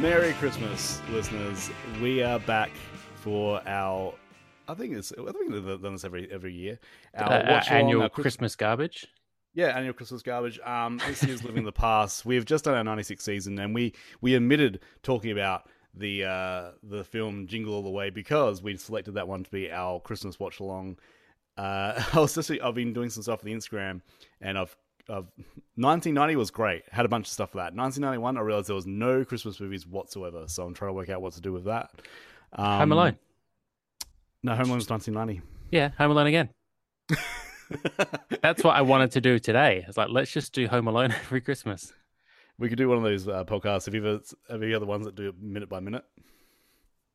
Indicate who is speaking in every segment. Speaker 1: Merry Christmas, listeners. We are back for our. I think it's. I think they've done this every every year. Our
Speaker 2: Uh,
Speaker 1: watch-along,
Speaker 2: annual
Speaker 1: our Christ-
Speaker 2: Christmas garbage.
Speaker 1: Yeah, annual Christmas garbage. Um, this year's living the past. We've just done our '96 season, and we we omitted talking about the uh, the film Jingle All the Way because we selected that one to be our Christmas watch along. Uh, I was just I've been doing some stuff for the Instagram, and I've I've 1990 was great. Had a bunch of stuff for that. 1991, I realized there was no Christmas movies whatsoever, so I'm trying to work out what to do with that. Um,
Speaker 2: Home Alone.
Speaker 1: No, Home Alone was 1990.
Speaker 2: Yeah, Home Alone again. That's what I wanted to do today. It's like let's just do Home Alone every Christmas.
Speaker 1: we could do one of those uh, podcasts. Have you ever have you ever the ones that do it minute by minute?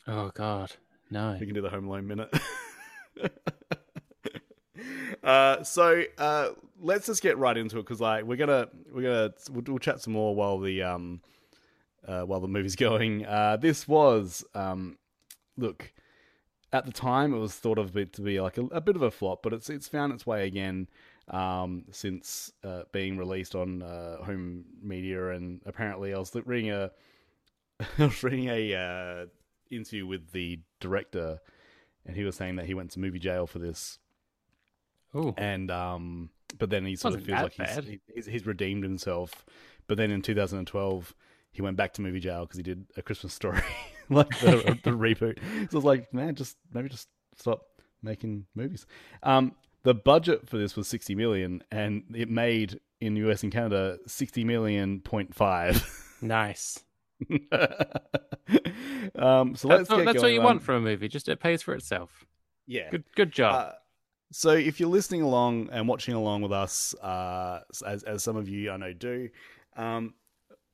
Speaker 2: Oh God, no.
Speaker 1: We can do the Home Alone minute. uh, so uh, let's just get right into it because like we're gonna we're gonna we'll, we'll chat some more while the um uh, while the movie's going. Uh, this was um look at the time it was thought of it to be like a, a bit of a flop, but it's it's found its way again um since uh, being released on uh, home media and apparently I was li- reading a I was reading a uh, interview with the director, and he was saying that he went to movie jail for this,
Speaker 2: Oh,
Speaker 1: and um, but then he sort of
Speaker 2: Wasn't
Speaker 1: feels
Speaker 2: that
Speaker 1: like he's,
Speaker 2: bad.
Speaker 1: he- he's he's redeemed himself, but then in 2012 he went back to movie jail because he did a Christmas story, like the, the reboot. So it's like, man, just maybe just stop making movies. Um, the budget for this was 60 million, and it made in US and Canada 60 million point five.
Speaker 2: nice.
Speaker 1: um, so let's
Speaker 2: That's, what-
Speaker 1: get
Speaker 2: that's what
Speaker 1: going
Speaker 2: you
Speaker 1: on.
Speaker 2: want from a movie. Just it pays for itself.
Speaker 1: Yeah.
Speaker 2: Good, good job.
Speaker 1: Uh, so if you're listening along and watching along with us, uh, as as some of you I know do, um,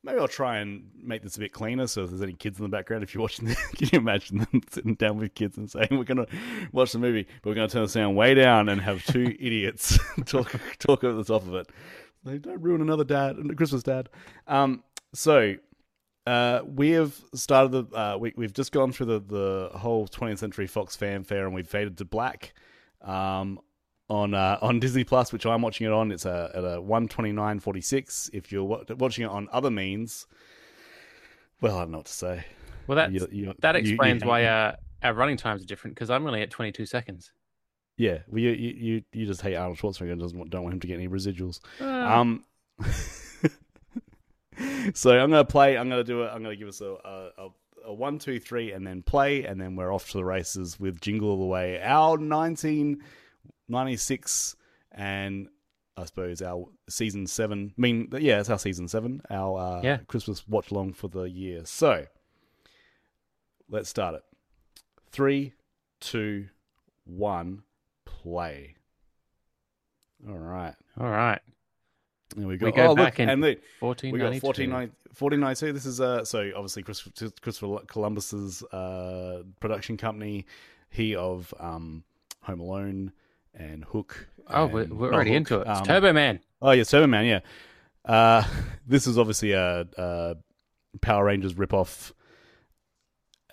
Speaker 1: maybe I'll try and make this a bit cleaner. So if there's any kids in the background, if you're watching, this, can you imagine them sitting down with kids and saying we're gonna watch the movie, but we're gonna turn the sound way down and have two idiots talk talk over the top of it. They don't ruin another dad, Christmas dad. Um, so uh, we have started the uh, we, we've just gone through the, the whole 20th century Fox fanfare and we've faded to black um, on uh, on Disney Plus, which I'm watching it on. It's uh at a 129.46. If you're wa- watching it on other means, well, I don't know what to say.
Speaker 2: well, that
Speaker 1: you- you-
Speaker 2: that
Speaker 1: you- you
Speaker 2: explains
Speaker 1: hate
Speaker 2: why
Speaker 1: me.
Speaker 2: uh, our running times are different because I'm only at 22 seconds.
Speaker 1: Yeah, well, you you you, you just hate Arnold Schwarzenegger and doesn't want, don't want him to get any residuals.
Speaker 2: Ah.
Speaker 1: Um, so I'm gonna play. I'm gonna do it. I'm gonna give us a, a, a, a one, two, three, and then play, and then we're off to the races with Jingle All the Way, our 1996, and I suppose our season seven. I mean, yeah, it's our season seven, our uh,
Speaker 2: Yeah.
Speaker 1: Christmas watch along for the year. So let's start it. Three, two, one, play. All right.
Speaker 2: All right,
Speaker 1: There we go.
Speaker 2: we go
Speaker 1: oh,
Speaker 2: back
Speaker 1: look,
Speaker 2: in
Speaker 1: and look, we got
Speaker 2: 1492.
Speaker 1: 1492. 1492. This is uh, so obviously Chris, Christopher Columbus's uh, production company. He of um, Home Alone and Hook.
Speaker 2: Oh,
Speaker 1: and-
Speaker 2: we're, we're
Speaker 1: not
Speaker 2: already
Speaker 1: Hook,
Speaker 2: into it. It's
Speaker 1: um,
Speaker 2: Turbo Man.
Speaker 1: Oh yeah, Turbo Man. Yeah, uh, this is obviously a, a Power Rangers ripoff,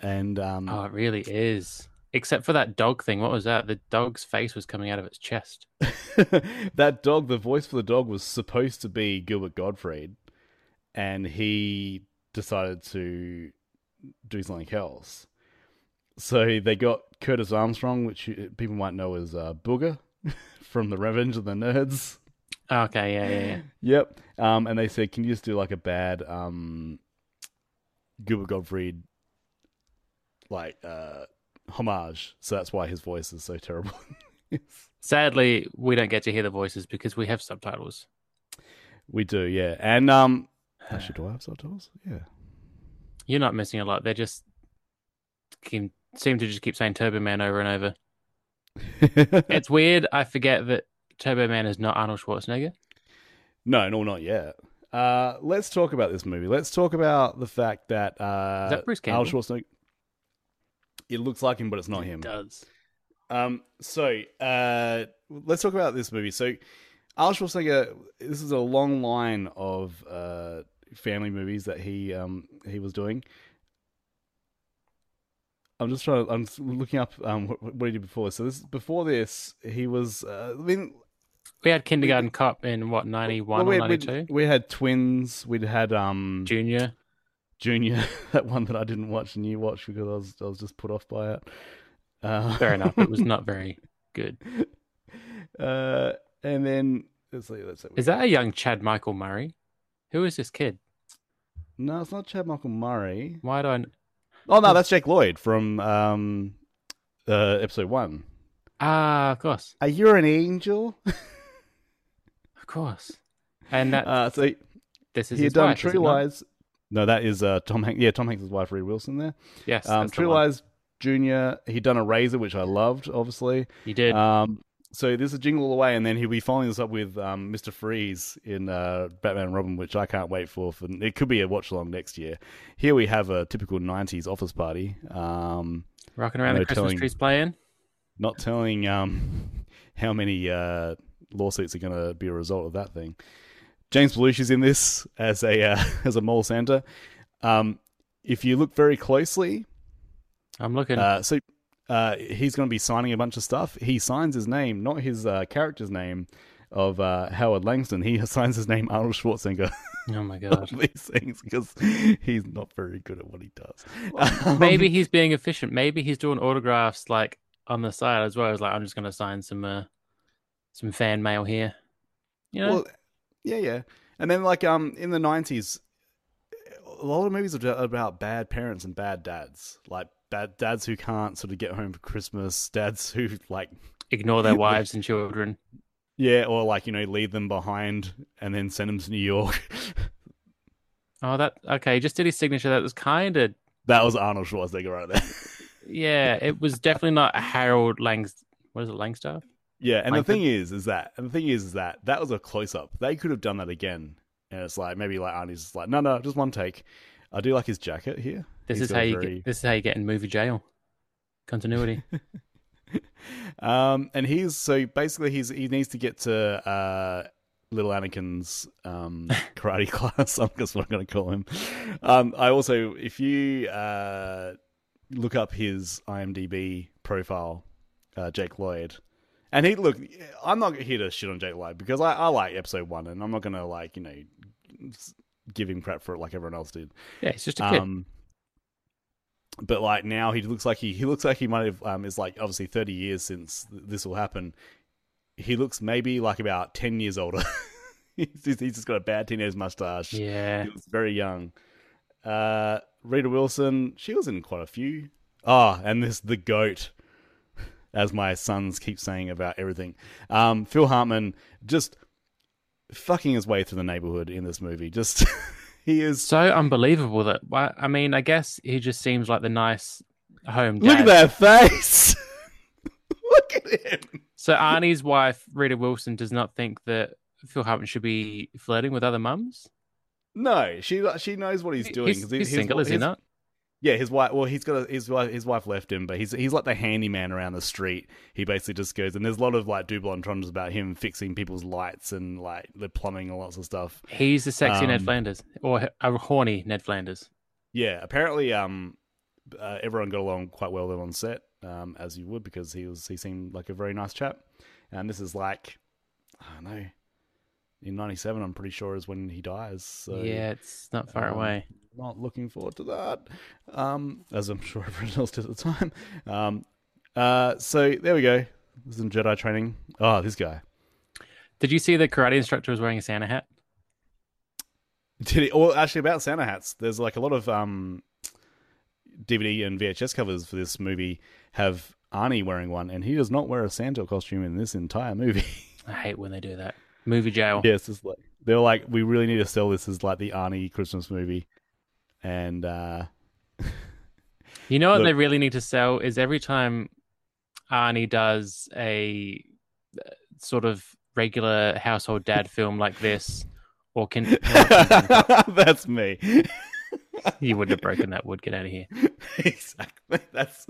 Speaker 1: and um,
Speaker 2: Oh, it really is. Except for that dog thing. What was that? The dog's face was coming out of its chest.
Speaker 1: that dog, the voice for the dog was supposed to be Gilbert Gottfried, and he decided to do something else. So they got Curtis Armstrong, which you- people might know as uh, Booger from the Revenge of the Nerds.
Speaker 2: Okay, yeah, yeah, yeah.
Speaker 1: Yep. Um, and they said, "Can you just do like a bad um, Gilbert Gottfried like uh, homage?" So that's why his voice is so terrible.
Speaker 2: Sadly, we don't get to hear the voices because we have subtitles.
Speaker 1: we do, yeah. And um, actually, do I have subtitles? Yeah.
Speaker 2: You're not missing a lot. They just can, seem to just keep saying Turbo Man over and over. It's weird. I forget that Turbo Man is not Arnold Schwarzenegger.
Speaker 1: no, no, not yet. Uh, let's talk about this movie. Let's talk about the fact that uh,
Speaker 2: Is that Bruce
Speaker 1: Arnold
Speaker 2: Campbell?
Speaker 1: Schwarzenegger. It looks like him, but it's not him.
Speaker 2: Does
Speaker 1: Um, so uh, let's talk about this movie. So Arnold Schwarzenegger, this is a long line of uh, family movies that he um, he was doing. I'm just trying. To, I'm just looking up um, what, what he did before. So this before this, he was. Uh, I mean,
Speaker 2: We had Kindergarten Cup in what ninety
Speaker 1: well,
Speaker 2: one
Speaker 1: we,
Speaker 2: or
Speaker 1: had-
Speaker 2: ninety
Speaker 1: we'd-
Speaker 2: two.
Speaker 1: we had twins. We'd had um,
Speaker 2: Junior.
Speaker 1: Junior, that one that I didn't watch and you watched because I was I was just put off by it. Uh,
Speaker 2: Fair enough. It was not very good.
Speaker 1: uh, and then let's see. Let's see.
Speaker 2: Is that a young Chad Michael Murray? Who is this kid?
Speaker 1: No, it's not Chad Michael Murray.
Speaker 2: Why do I?
Speaker 1: Oh no, that's Jake Lloyd from um, uh, episode one.
Speaker 2: Ah, of course,
Speaker 1: Are you an angel?
Speaker 2: of course. And that
Speaker 1: Uh, so
Speaker 2: this is
Speaker 1: he had
Speaker 2: his
Speaker 1: done
Speaker 2: wife, is
Speaker 1: True
Speaker 2: it not?
Speaker 1: Lies. No, that is uh, Tom Hanks. Yeah, Tom Hanks' wife, Ree Wilson. There.
Speaker 2: Yes,
Speaker 1: Um,
Speaker 2: that's the
Speaker 1: True
Speaker 2: one.
Speaker 1: Lies Junior. He'd done a razor, which I loved, obviously.
Speaker 2: You did.
Speaker 1: Um, so this is Jingle All the Way, and then he'll be following this up with um, Mr. Freeze in uh, Batman and Robin, which I can't wait for. for it could be a watch along next year. Here we have a typical 90s office party. Um,
Speaker 2: Rocking around
Speaker 1: no
Speaker 2: the Christmas
Speaker 1: telling.
Speaker 2: trees playing.
Speaker 1: not telling um, how many uh, lawsuits are going to be a result of that thing. James Belushi's in this as a uh, as a mall Santa. Um, if you look very closely,
Speaker 2: I'm looking.
Speaker 1: uh, so uh, he's going to be signing a bunch of stuff. He signs his name, not his uh, character's name of uh, Howard Langston. He signs his name Arnold Schwarzenegger.
Speaker 2: oh my god.
Speaker 1: on these things because he's not very good at what he does. Um,
Speaker 2: Maybe he's being efficient. Maybe he's doing autographs like on the side as well. He's like, I'm just gonna sign some uh, some fan mail here. You know,
Speaker 1: Well, yeah, yeah. And then like um in the nineties, a lot of movies are ju- about bad parents and bad dads, like bad dads who can't sort of get home for Christmas, dads who like
Speaker 2: ignore their wives and children.
Speaker 1: yeah, or like you know leave them behind and then send them to New York.
Speaker 2: Oh, that okay. he Just did his signature. That was kind of
Speaker 1: that was Arnold Schwarzenegger right there.
Speaker 2: yeah. It was definitely not a Harold Langs. What is it, Langstaff?
Speaker 1: yeah, and
Speaker 2: Langford.
Speaker 1: the thing is, is that and the thing is, is that that was a close up. They could have done that again, and it's like maybe like Arnie's just like no, no, just one take. I do like his jacket here.
Speaker 2: This
Speaker 1: He's
Speaker 2: is
Speaker 1: got
Speaker 2: how
Speaker 1: a
Speaker 2: you
Speaker 1: very-
Speaker 2: get. This is how you get in movie jail. Continuity.
Speaker 1: Um, and he's so basically he's he needs to get to uh, little Anakin's um, karate class. I'm just what I'm going to call him. Um, I also, if you uh, look up his IMDb profile, uh, Jake Lloyd, and he look, I'm not here to shit on Jake Lloyd because I, I like episode one, and I'm not going to like you know s- give him crap for it like everyone else did.
Speaker 2: Yeah, it's just a kid.
Speaker 1: Um, but like now, he looks like he he looks like he might have um is like obviously thirty years since th- this will happen. He looks maybe like about ten years older. he's, just, he's just got a bad teenage mustache.
Speaker 2: yeah,
Speaker 1: He looks very young. Uh, Rita Wilson, she was in quite a few. Ah, and this the goat, as my sons keep saying about everything. Um, Phil Hartman just fucking his way through the neighborhood in this movie. Just he is
Speaker 2: so unbelievable that. why- I mean, I guess he just seems like the nice home.
Speaker 1: Look
Speaker 2: dad.
Speaker 1: at that face. Look at him.
Speaker 2: So Arnie's wife, Rita Wilson, does not think that Phil Hartman should be flirting with other mums.
Speaker 1: No, she she knows what he's doing.
Speaker 2: He's,
Speaker 1: 'cause
Speaker 2: he's
Speaker 1: his-
Speaker 2: single, is he
Speaker 1: his-
Speaker 2: not?
Speaker 1: Yeah, his wife. Well, he's got a, his wife. His wife left him, but he's he's like the handyman around the street. He basically just goes and there's a lot of like double entendres about him fixing people's lights and like the plumbing and lots of stuff.
Speaker 2: He's the sexy Ned
Speaker 1: Um,
Speaker 2: Flanders or a horny Ned Flanders.
Speaker 1: Yeah, apparently, um, uh, everyone got along quite well there on set, um, as you would because he was he seemed like a very nice chap. And this is like, I don't know, in '97, I'm pretty sure is when he dies. So
Speaker 2: yeah, it's not far
Speaker 1: um,
Speaker 2: away.
Speaker 1: not looking forward to that, um, as I'm sure everyone else did at the time. Um, uh, so there we go. This is some Jedi training. Oh, this guy
Speaker 2: Did you see the karate instructor was wearing a Santa hat?
Speaker 1: did it. Or actually, about Santa hats, there's like a lot of um, DVD and VHS covers for this movie have Arnie wearing one, and he does not wear a Santa costume in this entire movie.
Speaker 2: I hate when they do that. Movie jail.
Speaker 1: yes, it's like they're like, we really need to sell this as like the Arnie Christmas movie, and uh,
Speaker 2: You know what
Speaker 1: Look-
Speaker 2: they really need to sell is every time Arnie does a uh, sort of regular household dad film like this, or can
Speaker 1: that's me.
Speaker 2: you wouldn't have broken that wood. Get out of here.
Speaker 1: exactly. That's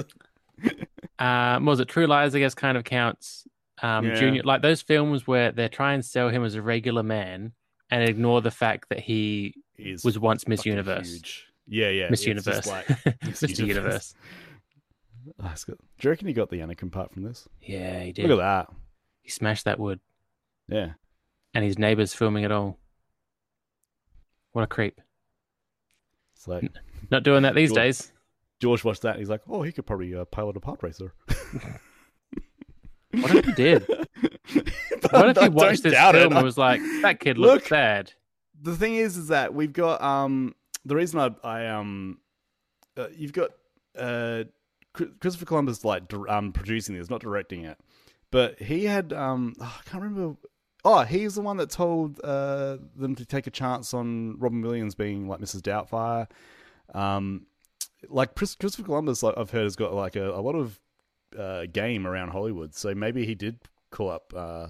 Speaker 2: uh, what was it True Lies? I guess kind of counts. Um,
Speaker 1: Yeah.
Speaker 2: Junior, like those films where they try and sell him as a regular man and ignore the fact that he
Speaker 1: He's
Speaker 2: was once Miss
Speaker 1: fucking
Speaker 2: Universe.
Speaker 1: Huge. Yeah, yeah.
Speaker 2: Miss
Speaker 1: it's
Speaker 2: Universe.
Speaker 1: just like- Miss
Speaker 2: Mr. Universe.
Speaker 1: Universe. Oh, that's good. Do you reckon he got the Anakin part from this?
Speaker 2: Yeah, he did.
Speaker 1: Look at that.
Speaker 2: He smashed that wood,
Speaker 1: Yeah.
Speaker 2: and his neighbors filming it all. What a creep!
Speaker 1: It's like
Speaker 2: Not doing that these
Speaker 1: Cool.
Speaker 2: days.
Speaker 1: George watched that and he's like, oh, he could probably uh, pilot a pod racer.
Speaker 2: What if he did?
Speaker 1: But
Speaker 2: What if
Speaker 1: I
Speaker 2: he
Speaker 1: don't
Speaker 2: watched this
Speaker 1: doubt it.
Speaker 2: film and was like, "That kid
Speaker 1: Look.
Speaker 2: looks sad."
Speaker 1: the thing is is that we've got um the reason i i um uh, you've got uh Chri- christopher columbus like dir- um producing this not directing it but he had um oh, i can't remember oh he's the one that told uh them to take a chance on robin williams being like mrs doubtfire um like Chris- christopher columbus like, i've heard has got like a, a lot of uh game around hollywood so maybe he did call up uh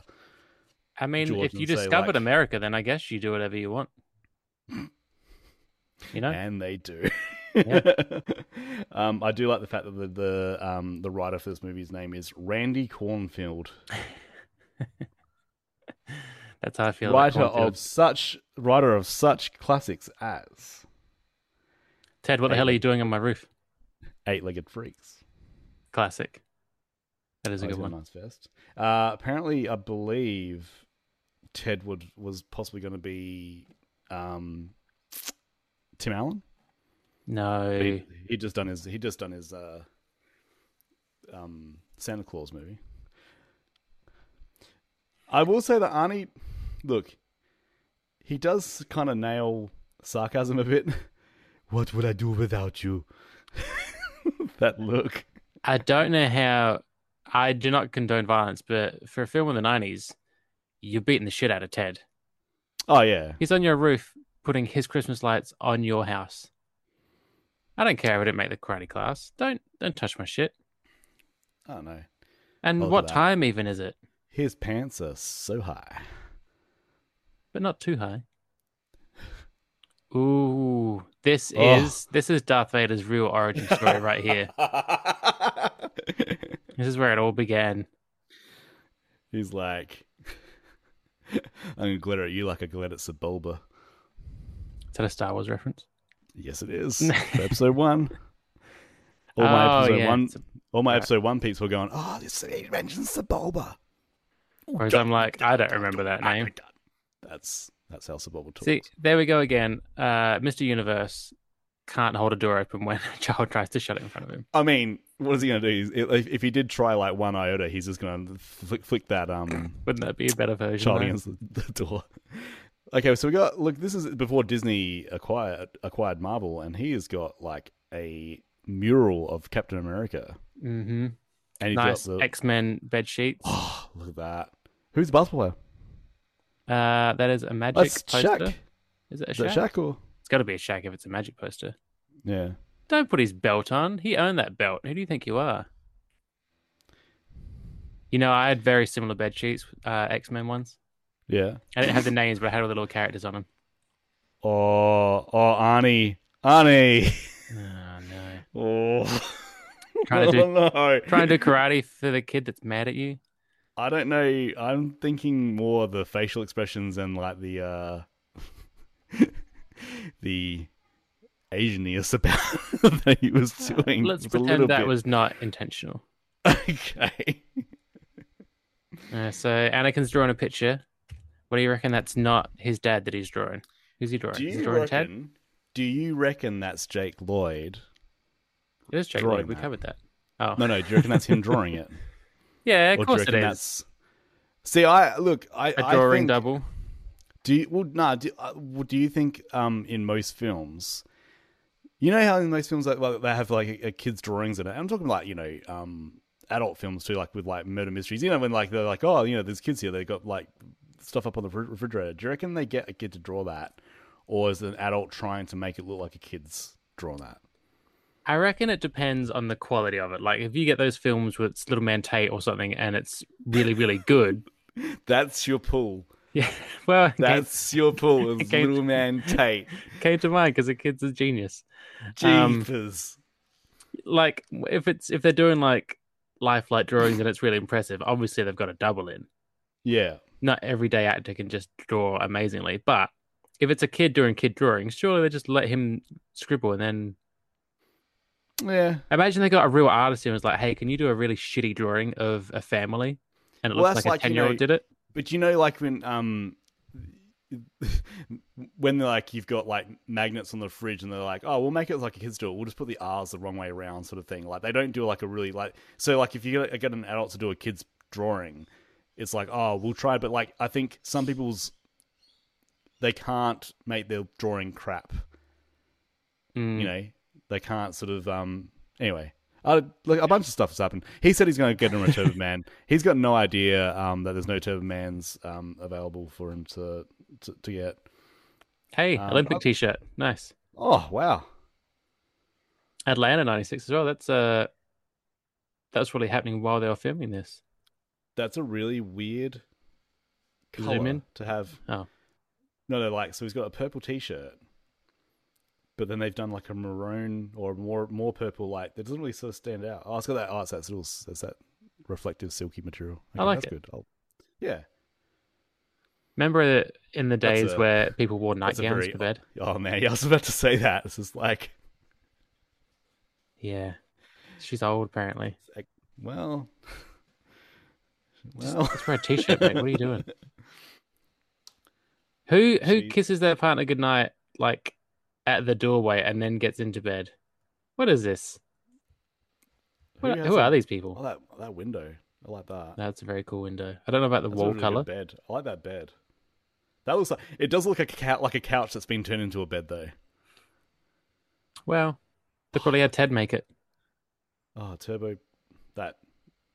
Speaker 2: I mean,
Speaker 1: George
Speaker 2: if you
Speaker 1: and say,
Speaker 2: discovered
Speaker 1: like-
Speaker 2: America, then I guess you do whatever you want. You know,
Speaker 1: and they do.
Speaker 2: Yeah.
Speaker 1: um, I do like the fact that the the, um, the writer for this movie's name is Randy Cornfield,
Speaker 2: that's how I feel.
Speaker 1: writer
Speaker 2: about
Speaker 1: of
Speaker 2: cornfields.
Speaker 1: such writer of such classics as
Speaker 2: Ted, what the hell are
Speaker 1: Hey.
Speaker 2: you doing on my roof?
Speaker 1: Eight Legged Freaks.
Speaker 2: Classic. That is a
Speaker 1: Oh, he's
Speaker 2: good
Speaker 1: got
Speaker 2: one.
Speaker 1: Nice vest. Uh, apparently, I believe Ted Wood was possibly going to be um, Tim Allen.
Speaker 2: No,
Speaker 1: But He, he just done his he just done his uh, um, Santa Claus movie. I will say that Arnie, look, he does kind of nail sarcasm a bit. What would I do without you? that look.
Speaker 2: I don't know how. I do not condone violence, but for a film in the nineties, you're beating the shit out of Ted.
Speaker 1: Oh yeah,
Speaker 2: He's on your roof putting his Christmas lights on your house. I don't care if I didn't make the karate class. Don't don't touch my shit.
Speaker 1: I don't know.
Speaker 2: And
Speaker 1: Look at
Speaker 2: what
Speaker 1: that.
Speaker 2: time even is it?
Speaker 1: His pants are so high.
Speaker 2: But not too high. Ooh, this
Speaker 1: Oh.
Speaker 2: is this is Darth Vader's real origin story right here. This is where it all began.
Speaker 1: He's like, I'm gonna glare at you like I glared at Sebulba.
Speaker 2: Is that a Star Wars reference?
Speaker 1: Yes, it is. For episode one. All my
Speaker 2: Oh,
Speaker 1: episode
Speaker 2: yeah,
Speaker 1: one.
Speaker 2: it's a-
Speaker 1: All my episode one peeps were going. Oh, this he mentions the Bulba.
Speaker 2: Whereas I'm like, I don't remember that name.
Speaker 1: That's that's how Sebulba talks.
Speaker 2: See, there we go again. Uh, Mr. Universe can't hold a door open when a child tries to shut it in front of him.
Speaker 1: I mean, what is he gonna do? He's- If, if he did try like one iota, he's just gonna flick, flick that um
Speaker 2: Wouldn't that be a better version?
Speaker 1: child
Speaker 2: though?
Speaker 1: against the, the door. Okay, so we got look. This is before Disney acquired acquired Marvel, and he has got like a mural of Captain America,
Speaker 2: Mm-hmm.
Speaker 1: and he's
Speaker 2: Nice
Speaker 1: got the
Speaker 2: X Men bed sheets.
Speaker 1: oh, look at that. Who's the basketball player?
Speaker 2: Uh, that is a magic
Speaker 1: That's
Speaker 2: poster.
Speaker 1: Shaq.
Speaker 2: Is it a
Speaker 1: Is that
Speaker 2: shack?
Speaker 1: Shaq or
Speaker 2: It's got to be a shack if it's a magic poster.
Speaker 1: yeah?
Speaker 2: Don't put his belt on. He owned that belt. Who do you think you are? You know, I had very similar bed sheets, uh, X Men ones.
Speaker 1: Yeah.
Speaker 2: I didn't have the names, but I had all the little characters on them.
Speaker 1: Oh, oh, Arnie, Arnie.
Speaker 2: Oh no!
Speaker 1: Oh,
Speaker 2: Trying to do-
Speaker 1: Oh, no.
Speaker 2: Trying to do karate for the kid that's mad at you.
Speaker 1: I don't know. I'm thinking more the facial expressions and like the uh the Asianness about that he was doing.
Speaker 2: Let's
Speaker 1: It was a little
Speaker 2: pretend that
Speaker 1: bit-
Speaker 2: was not intentional.
Speaker 1: okay.
Speaker 2: Uh, so Anakin's drawing a picture. What do you reckon? That's not his dad that he's drawing. Who's he drawing?
Speaker 1: Do
Speaker 2: Is he
Speaker 1: you
Speaker 2: drawing Ted?
Speaker 1: reckon? Do you reckon that's Jake Lloyd?
Speaker 2: It is Jake
Speaker 1: drawing
Speaker 2: Lloyd. We
Speaker 1: that?
Speaker 2: covered that. Oh
Speaker 1: No, no. Do you reckon that's him drawing it? Or
Speaker 2: yeah, of
Speaker 1: do you
Speaker 2: course it
Speaker 1: reckon
Speaker 2: is.
Speaker 1: that's? See, I look. I
Speaker 2: A
Speaker 1: I
Speaker 2: drawing
Speaker 1: think-
Speaker 2: double.
Speaker 1: Do you, well, nah. Do, uh, well, do you think um in most films, you know how in most films like, like they have like a, a kids drawings in it. I'm talking like you know um adult films too, like with like murder mysteries. You know when like they're like oh you know there's kids here they got like stuff up on the re- refrigerator. Do you reckon they get a kid to draw that, or is it an adult trying to make it look like a kid's drawn that?
Speaker 2: I reckon it depends on the quality of it. Like if you get those films with Little Man Tate or something, and it's really really good.
Speaker 1: That's your pull.
Speaker 2: yeah, well, it came,
Speaker 1: That's your pull, is
Speaker 2: Okay.
Speaker 1: little man Tate.
Speaker 2: came to mind because the kid's a genius. Um,
Speaker 1: Jeepers.
Speaker 2: like if it's if they're doing like lifelike drawings and it's really impressive, obviously they've got to double in.
Speaker 1: Yeah.
Speaker 2: Not everyday actor can just draw amazingly, but if it's a kid doing kid drawings, surely they just let him scribble and then
Speaker 1: Yeah.
Speaker 2: imagine they got a real artist and was like, "Hey, can you do a really shitty drawing of a family?" And it
Speaker 1: Well,
Speaker 2: looks
Speaker 1: that's
Speaker 2: like, a
Speaker 1: like, you
Speaker 2: ten year old
Speaker 1: know,
Speaker 2: did it.
Speaker 1: But you know, like when um, when they're like you've got like magnets on the fridge, and they're like, oh, we'll make it like a kids do it. We'll just put the R's the wrong way around, sort of thing. Like they don't do like a really like so like if you get get an adult to do a kid's drawing, it's like oh, we'll try. But like I think some people's they can't make their drawing crap.
Speaker 2: Mm.
Speaker 1: You know, they can't sort of um. Anyway. Uh, look, a bunch of stuff has happened. He said he's going to get him a Turbo Man. He's got no idea um, that there's no Turbo Mans um, available for him to to, to get.
Speaker 2: Hey,
Speaker 1: Um,
Speaker 2: Olympic
Speaker 1: I'll-
Speaker 2: T-shirt, nice.
Speaker 1: Oh wow!
Speaker 2: Atlanta '96 as well. That's uh, that's really happening while they were filming this.
Speaker 1: That's a really weird
Speaker 2: Zoom
Speaker 1: color
Speaker 2: in?
Speaker 1: to have.
Speaker 2: Oh.
Speaker 1: No, no, like so he's got a purple T-shirt, but then they've done like a maroon or more more purple light that doesn't really sort of stand out. Oh, it's got that. Oh, it's that little. It's that reflective silky material.
Speaker 2: I like
Speaker 1: that's
Speaker 2: it.
Speaker 1: Good. I'll, yeah.
Speaker 2: Remember in the
Speaker 1: That's
Speaker 2: days
Speaker 1: a-
Speaker 2: where people wore
Speaker 1: that's a
Speaker 2: nightgowns
Speaker 1: very-
Speaker 2: to bed?
Speaker 1: Oh man, yeah, I was about to say that. This is like,
Speaker 2: Yeah, she's old apparently.
Speaker 1: well,
Speaker 2: Just,
Speaker 1: well,
Speaker 2: just wear a t-shirt, mate. What are you doing? Who who
Speaker 1: She-
Speaker 2: kisses their partner goodnight like at the doorway and then gets into bed? What is this?
Speaker 1: Who
Speaker 2: What-
Speaker 1: has
Speaker 2: who
Speaker 1: that-
Speaker 2: are these
Speaker 1: oh
Speaker 2: people?
Speaker 1: that that window. I like that.
Speaker 2: That's a very cool window. I don't know about the
Speaker 1: That's a
Speaker 2: wall
Speaker 1: really good
Speaker 2: color.
Speaker 1: bed. I like that bed. That looks like it does look like a cou- like a couch that's been turned into a bed though.
Speaker 2: Well, they probably had Ted make it.
Speaker 1: Oh, turbo, that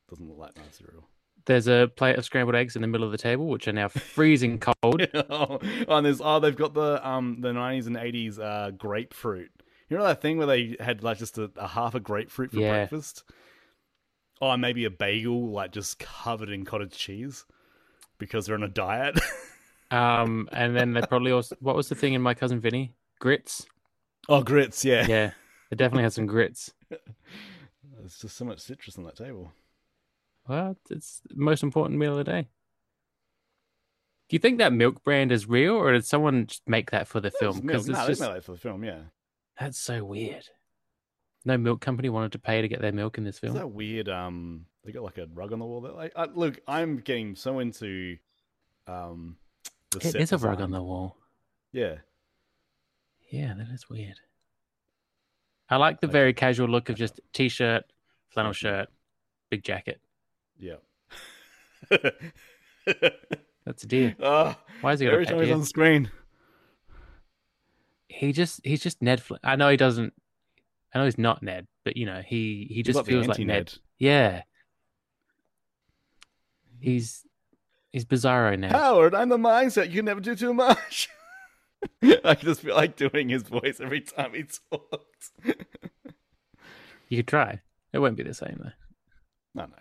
Speaker 1: doesn't look like nice cereal.
Speaker 2: There's a plate of scrambled eggs in the middle of the table, which are now freezing cold.
Speaker 1: oh, and there's oh they've got the um the nineties and eighties uh grapefruit. You know that thing where they had like just a, a half a grapefruit for
Speaker 2: Yeah.
Speaker 1: breakfast? Oh, and maybe a bagel like just covered in cottage cheese because they're on a diet.
Speaker 2: Um, and then they probably also what was the thing in my cousin Vinny? Grits.
Speaker 1: oh, grits, yeah.
Speaker 2: Yeah, they definitely had some grits.
Speaker 1: There's just so much citrus on that table.
Speaker 2: Well, it's the most important meal of the day. Do you think that milk brand is real, or did someone just make that for the film?
Speaker 1: It's milk.
Speaker 2: Because
Speaker 1: No,
Speaker 2: it's
Speaker 1: they
Speaker 2: just
Speaker 1: made that for the film, yeah.
Speaker 2: that's so weird. No milk company wanted to pay to get their milk in this
Speaker 1: Is
Speaker 2: film.
Speaker 1: that weird? Um, they got like a rug on the wall. That like, I, look, I'm getting so into, um, the
Speaker 2: It
Speaker 1: set
Speaker 2: is a rug
Speaker 1: design.
Speaker 2: on the wall.
Speaker 1: Yeah,
Speaker 2: Yeah, that is weird. I like the
Speaker 1: Okay.
Speaker 2: very casual look of just t-shirt, flannel shirt, big jacket.
Speaker 1: yeah.
Speaker 2: That's a deal.
Speaker 1: Ah,
Speaker 2: Why has he got a
Speaker 1: every time
Speaker 2: pet
Speaker 1: he's
Speaker 2: beard?
Speaker 1: on screen?
Speaker 2: He just he's just Ned. Fl- I know he doesn't. I know he's not Ned, but you know he he just
Speaker 1: like the
Speaker 2: feels like
Speaker 1: anti-Ned.
Speaker 2: Ned. Yeah. He's he's bizarro now.
Speaker 1: Howard, I'm the mindset. You can never do too much. I just feel like doing his voice every time he talks.
Speaker 2: You could try. It won't be the same though.
Speaker 1: No, no,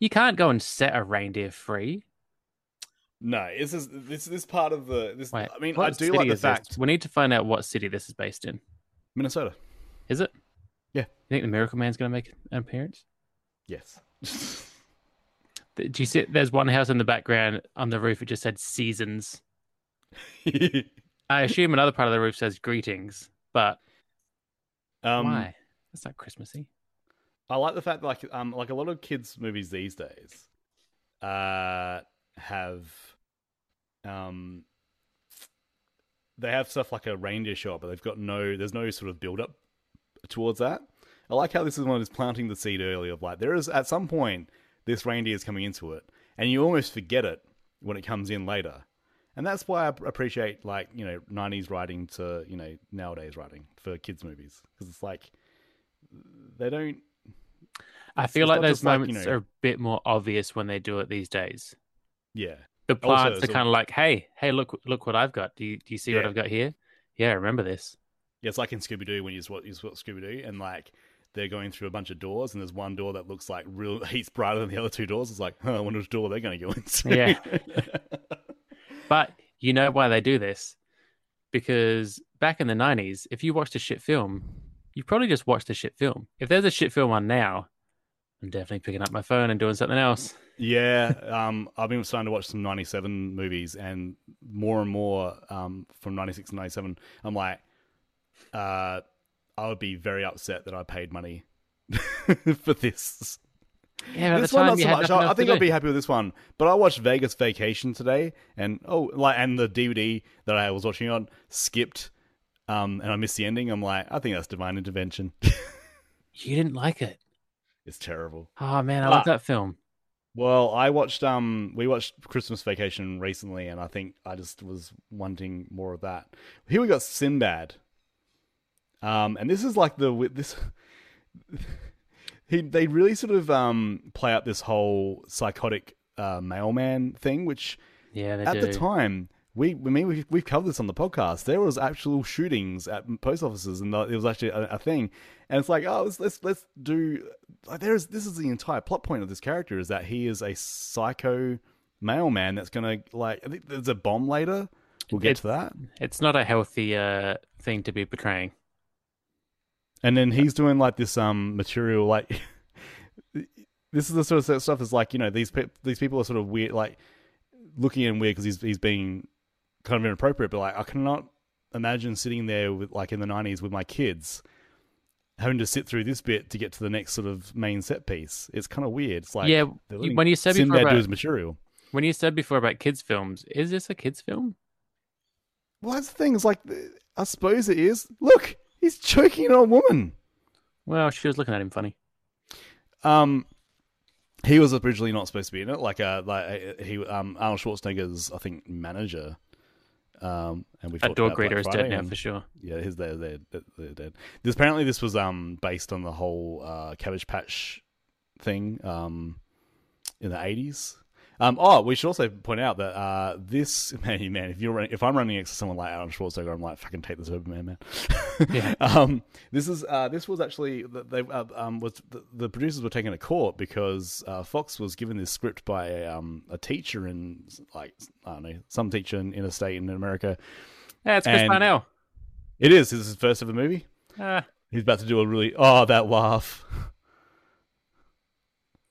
Speaker 2: You can't go and set a reindeer free.
Speaker 1: no. This is this this part of the this.
Speaker 2: Wait,
Speaker 1: I mean,
Speaker 2: what
Speaker 1: I do
Speaker 2: city
Speaker 1: like the
Speaker 2: is this?
Speaker 1: fact
Speaker 2: We need to find out what city this is based in.
Speaker 1: Minnesota.
Speaker 2: Is it?
Speaker 1: Yeah.
Speaker 2: You think the Miracle Man's going to make an appearance?
Speaker 1: Yes.
Speaker 2: Th- Do you see? There's one house in the background on the roof. It just said seasons. I assume another part of the roof says greetings, but
Speaker 1: um,
Speaker 2: why? That's not Christmassy.
Speaker 1: I like the fact that like um like a lot of kids movies these days uh have um they have stuff like a reindeer shot but they've got no there's no sort of build up towards that. I like how this is one is planting the seed early of like there is at some point this reindeer is coming into it and you almost forget it when it comes in later. And that's why I appreciate like, you know, 90s writing to, you know, nowadays writing for kids movies because it's like they don't
Speaker 2: I
Speaker 1: It's-
Speaker 2: feel
Speaker 1: it's
Speaker 2: like
Speaker 1: not
Speaker 2: those
Speaker 1: just like, you
Speaker 2: moments
Speaker 1: know-
Speaker 2: are a bit more obvious when they do it these days.
Speaker 1: Yeah.
Speaker 2: The plants
Speaker 1: it's
Speaker 2: are
Speaker 1: a-
Speaker 2: kind of like, "Hey, hey, look, look what I've got. Do you do you see what
Speaker 1: Yeah.
Speaker 2: I've got here? Yeah, remember this?
Speaker 1: Yeah, it's like in Scooby Doo when you just watch, you just watch Scooby Doo and like they're going through a bunch of doors and there's one door that looks like real heaps brighter than the other two doors. It's like, huh, I wonder which door they're going to go into.
Speaker 2: Yeah. But you know why they do this? Because back in the '90s, if you watched a shit film, you probably just watched a shit film. If there's a shit film on now, I'm definitely picking up my phone and doing something else.
Speaker 1: Yeah, um, I've been starting to watch some '97 movies, and more and more um, from '96 and '97, I'm like, uh, I would be very upset that I paid money for this.
Speaker 2: Yeah, but at
Speaker 1: this
Speaker 2: the
Speaker 1: one,
Speaker 2: time
Speaker 1: not
Speaker 2: you
Speaker 1: so
Speaker 2: had
Speaker 1: much.
Speaker 2: nothing
Speaker 1: I, I
Speaker 2: else
Speaker 1: think
Speaker 2: to
Speaker 1: I'll
Speaker 2: do.
Speaker 1: be happy with this one. But I watched Vegas Vacation today, and oh, like, and the DVD that I was watching on skipped, um, and I missed the ending. I'm like, I think that's divine intervention.
Speaker 2: You didn't like it.
Speaker 1: it's terrible.
Speaker 2: Oh man, I
Speaker 1: Ah.
Speaker 2: like that film.
Speaker 1: Well, I watched um we watched Christmas Vacation recently and I think I just was wanting more of that. Here we got Sinbad. Um and this is like the wi- this he they really sort of um play up this whole psychotic uh mailman thing which
Speaker 2: Yeah, they
Speaker 1: at
Speaker 2: do.
Speaker 1: the time we, I mean, we've, we've covered this on the podcast. There was actual shootings at post offices, and it was actually a, a thing. And it's like, oh, let's let's, let's do. Like, there is this is the entire plot point of this character is that he is a psycho mailman that's gonna like. I think there's a bomb later. We'll get
Speaker 2: It's-
Speaker 1: to that.
Speaker 2: It's not a healthy uh, thing to be portraying.
Speaker 1: And then he's doing like this um material like this is the sort of stuff is like you know these pe- these people are sort of weird like looking in weird because he's he's being kind of inappropriate but like I cannot imagine sitting there with like in the 90s with my kids having to sit through this bit to get to the next sort of main set piece it's kind of weird it's like
Speaker 2: yeah,
Speaker 1: they're
Speaker 2: you-
Speaker 1: letting
Speaker 2: when you said before
Speaker 1: Sinbad do
Speaker 2: about
Speaker 1: his material
Speaker 2: when you said before about kids films, is this a kids film?
Speaker 1: well that's the thing it's like I suppose it is look he's choking on a woman
Speaker 2: Well, she was looking at him funny.
Speaker 1: Um, he was originally not supposed to be in it. Like, uh, like uh, he, um, Arnold Schwarzenegger's, I think, manager. Um, and we've
Speaker 2: A
Speaker 1: talked
Speaker 2: dog
Speaker 1: about Black
Speaker 2: greeter is
Speaker 1: Friday
Speaker 2: dead now
Speaker 1: and-
Speaker 2: for sure.
Speaker 1: Yeah, his they're, they're, they're dead. This apparently this was um based on the whole uh, Cabbage Patch thing um in the eighties. Um, oh, we should also point out that uh, this man, man, if you're running, if I'm running next to someone like Adam Schwarzenegger, I'm like, fucking take this Superman, man.
Speaker 2: Yeah.
Speaker 1: um, this is uh, this was actually they uh, um, was the, the producers were taken to court because uh, Fox was given this script by a, um, a teacher in like I don't know some teacher in, in a state in America.
Speaker 2: Yeah, it's Chris
Speaker 1: And-
Speaker 2: Parnell.
Speaker 1: It is this is his first ever movie.
Speaker 2: Ah,
Speaker 1: He's about to do a really oh that laugh.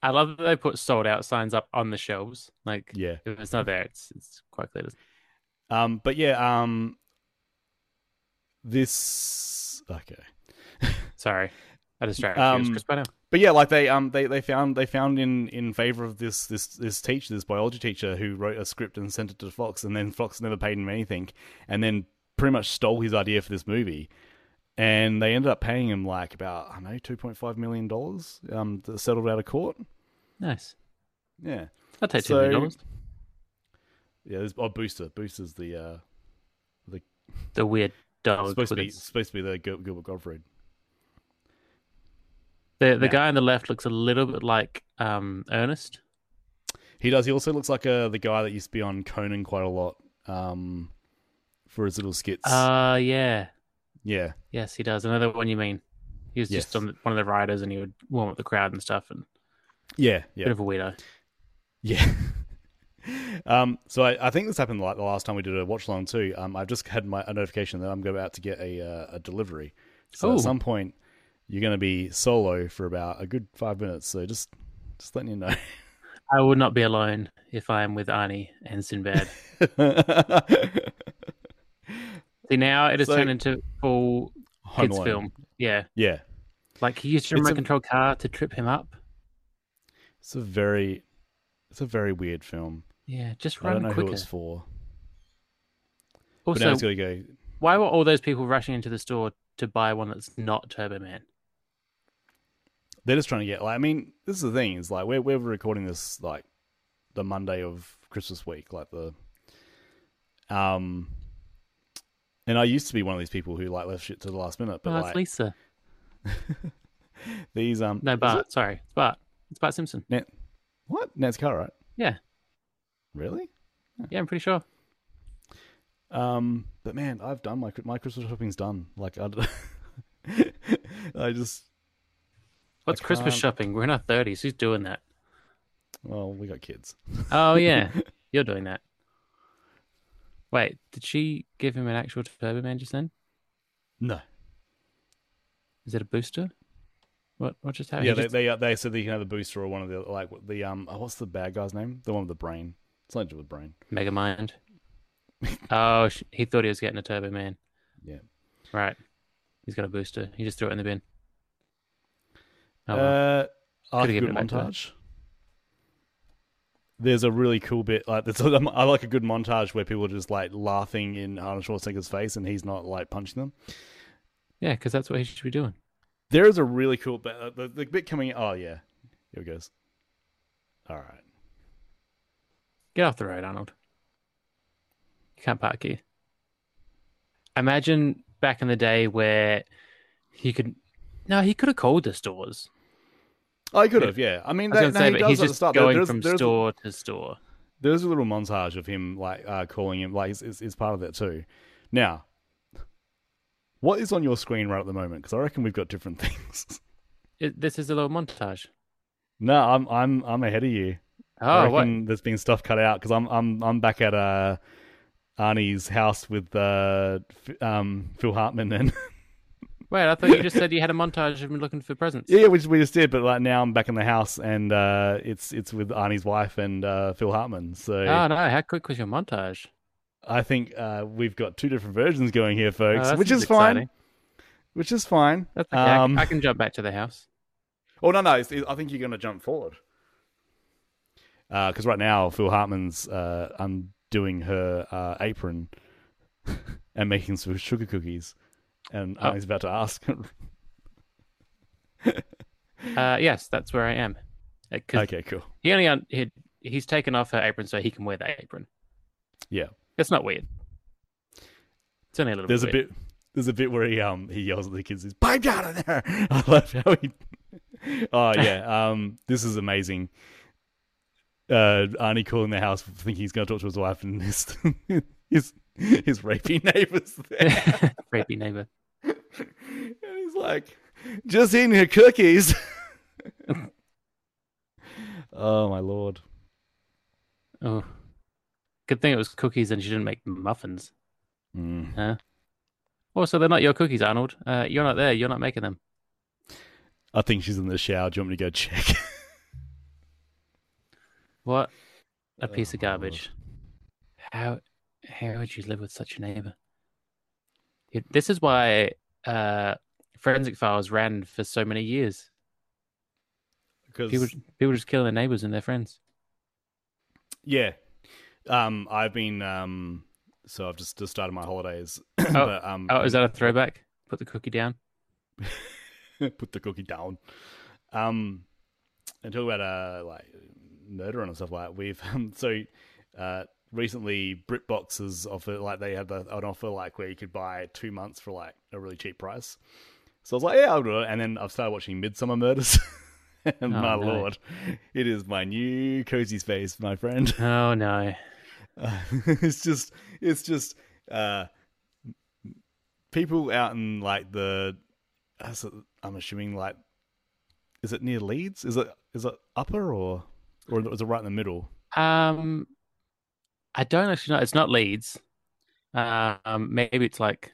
Speaker 2: I love that they put sold out signs up on the shelves. Like,
Speaker 1: Yeah.
Speaker 2: if it's not there, it's it's quite clear.
Speaker 1: Um, but yeah, um, this okay.
Speaker 2: Sorry, I distracted. you. It's
Speaker 1: Um,
Speaker 2: Chris Parnell.
Speaker 1: But yeah, like they um they, they found they found in in favor of this this this teacher this biology teacher who wrote a script and sent it to Fox and then Fox never paid him anything and then pretty much stole his idea for this movie and they ended up paying him like about I don't know two point five million dollars um that settled out of court
Speaker 2: Nice.
Speaker 1: yeah
Speaker 2: I'll take
Speaker 1: So-
Speaker 2: two million dollars.
Speaker 1: yeah there's oh Booster Booster's the uh
Speaker 2: The weird dog.
Speaker 1: supposed to
Speaker 2: with
Speaker 1: be
Speaker 2: its-
Speaker 1: supposed to be the Gil- Gilbert Gottfried
Speaker 2: The the
Speaker 1: Yeah.
Speaker 2: guy on the left looks a little bit like um Ernest.
Speaker 1: He does. He also looks like uh, the guy that used to be on Conan quite a lot um, for his little skits.
Speaker 2: Uh yeah.
Speaker 1: yeah,
Speaker 2: Yes, he does. Another one you mean. He was
Speaker 1: Yes.
Speaker 2: just on the, one of the riders and he would warm up the crowd and stuff and
Speaker 1: yeah,
Speaker 2: bit
Speaker 1: yeah,
Speaker 2: of a weirdo.
Speaker 1: yeah. um, so I, I think this happened like the last time we did a watch along too. Um, I've just had my a notification that I'm about to get a uh, a delivery. So
Speaker 2: Ooh.
Speaker 1: at some point, you're going to be solo for about a good five minutes. So just just letting you know.
Speaker 2: I would not be alone if I am with Arnie and Sinbad. See now it has
Speaker 1: So-
Speaker 2: turned into full
Speaker 1: Home
Speaker 2: kids
Speaker 1: Alone.
Speaker 2: film. Yeah.
Speaker 1: Yeah,
Speaker 2: Like he used a
Speaker 1: It's a-
Speaker 2: remote control car to trip him up.
Speaker 1: it's a very it's a very weird film.
Speaker 2: Yeah, just
Speaker 1: I don't
Speaker 2: run
Speaker 1: know who
Speaker 2: quicker.
Speaker 1: it's for. but now
Speaker 2: Also,
Speaker 1: it's going to go.
Speaker 2: why were all those people rushing into the store to buy one that's not Turbo Man?
Speaker 1: they're just trying to get like I mean, this is the thing, is like we're we're recording this like the Monday of Christmas week, like the um and I used to be one of these people who like left shit to the last minute, but
Speaker 2: oh, it's
Speaker 1: like
Speaker 2: Lisa.
Speaker 1: these um
Speaker 2: No,
Speaker 1: is it-
Speaker 2: Bart. Sorry, it's Bart. It's Bart Simpson.
Speaker 1: Nan- what? Nan's car, right?
Speaker 2: Yeah.
Speaker 1: Really?
Speaker 2: Yeah, I'm pretty sure.
Speaker 1: Um but man, I've done my my Christmas shopping's done. Like I I just
Speaker 2: What's Christmas
Speaker 1: can't-
Speaker 2: shopping? We're in our thirties. Who's doing that?
Speaker 1: well, we got kids.
Speaker 2: Oh yeah, you're doing that. Wait, did she give him an actual Turbo Man just then?
Speaker 1: No.
Speaker 2: Is it a booster? What what just happened?
Speaker 1: yeah,
Speaker 2: He
Speaker 1: they,
Speaker 2: just-
Speaker 1: they uh, they said that you can have the booster or one of the like the um oh, what's the bad guy's name? The one with the brain. It's not with the brain.
Speaker 2: Mega Mind. oh, sh- he thought he was getting a Turbo Man.
Speaker 1: Yeah.
Speaker 2: Right. He's got a booster. He just threw it in the bin. Oh, well.
Speaker 1: Uh, I like a
Speaker 2: given
Speaker 1: good
Speaker 2: it back to her.
Speaker 1: montage. There's a really cool bit like there's a, I like a good montage where people are just like laughing in Arnold Schwarzenegger's face and he's not like punching them.
Speaker 2: yeah, because that's what he should be doing.
Speaker 1: There is a really cool bit. uh, The, the bit coming. Oh yeah, here it goes. All right.
Speaker 2: Get off the road, Arnold. You can't park here. Imagine back in the day where he could. No, he could have called the stores.
Speaker 1: Oh, he could have. Yeah. I mean,
Speaker 2: I
Speaker 1: they,
Speaker 2: was going to say,
Speaker 1: no, he does
Speaker 2: but he's
Speaker 1: at the
Speaker 2: just
Speaker 1: start. There-
Speaker 2: going
Speaker 1: there's-
Speaker 2: from
Speaker 1: there's-
Speaker 2: store to store.
Speaker 1: there's a little montage of him like uh, calling him like it's, it's, it's part of that too now what is on your screen right at the moment because i reckon we've got different things
Speaker 2: It, this is a little montage.
Speaker 1: no i'm i'm i'm ahead of you I
Speaker 2: Oh, what?
Speaker 1: reckon there's been stuff cut out because i'm i'm i'm back at uh arnie's house with uh F- um phil hartman and
Speaker 2: Wait, I thought you just said you had a montage of him looking for presents.
Speaker 1: yeah which we just did but like now i'm back in the house and uh it's it's with arnie's wife and uh phil hartman so
Speaker 2: Oh no! How quick was your montage?
Speaker 1: i think uh we've got two different versions going here
Speaker 2: Oh,
Speaker 1: folks
Speaker 2: that's
Speaker 1: which is
Speaker 2: exciting.
Speaker 1: fine which is fine Um,
Speaker 2: That's okay. I- I can jump back to the house.
Speaker 1: Oh no, no! It's, it, I think you're going to jump forward because Uh, right now Phil Hartman's uh, undoing her uh, apron and making some sugar cookies, and
Speaker 2: Oh.
Speaker 1: I was about to ask.
Speaker 2: Uh, yes, that's where I am. Because
Speaker 1: okay, cool.
Speaker 2: he only un- he, he's taken off her apron so he can wear that apron.
Speaker 1: Yeah,
Speaker 2: It's not weird. It's only a little.
Speaker 1: there's a
Speaker 2: bit.
Speaker 1: bit. There's a bit where he um he yells at the kids, "He's pipe down in there!" I love how he. Oh yeah, um, this is amazing. Uh, Arnie calling the house, thinking he's going to talk to his wife, and his his his rapey neighbors there.
Speaker 2: bit. Creepy neighbor.
Speaker 1: and he's like, just eating her cookies. oh my lord.
Speaker 2: Oh, good thing it was cookies and she didn't make muffins.
Speaker 1: Mm.
Speaker 2: Also, they're not your cookies, Arnold. Uh, you're not there. You're not making them.
Speaker 1: I think she's in the shower. Do you want me to go check?
Speaker 2: What a piece of
Speaker 1: Oh, my lord.
Speaker 2: garbage! How how would you live with such a neighbor? It- This is why uh, forensic files ran for so many years. People
Speaker 1: Because
Speaker 2: people just killing their neighbors and their friends.
Speaker 1: yeah, um, I've been um, so I've just just started my holidays. but, um,
Speaker 2: Oh, is that a throwback? Put the cookie down.
Speaker 1: put the cookie down. Um, and talk about uh like murder and stuff like that. We've um, so uh recently BritBox has offered like they had the, an offer like where you could buy two months for like a really cheap price. So I was like, yeah, I'll do it. And then I've started watching Midsummer Murders. and my
Speaker 2: no.
Speaker 1: lord, it is my new cozy space, my friend.
Speaker 2: Oh no!
Speaker 1: Uh, it's just it's just uh people out in like the is it- I'm assuming like is it near Leeds? Is it is it upper or or is it right in the middle?
Speaker 2: Um, I don't actually know. It's not Leeds. Um, maybe it's like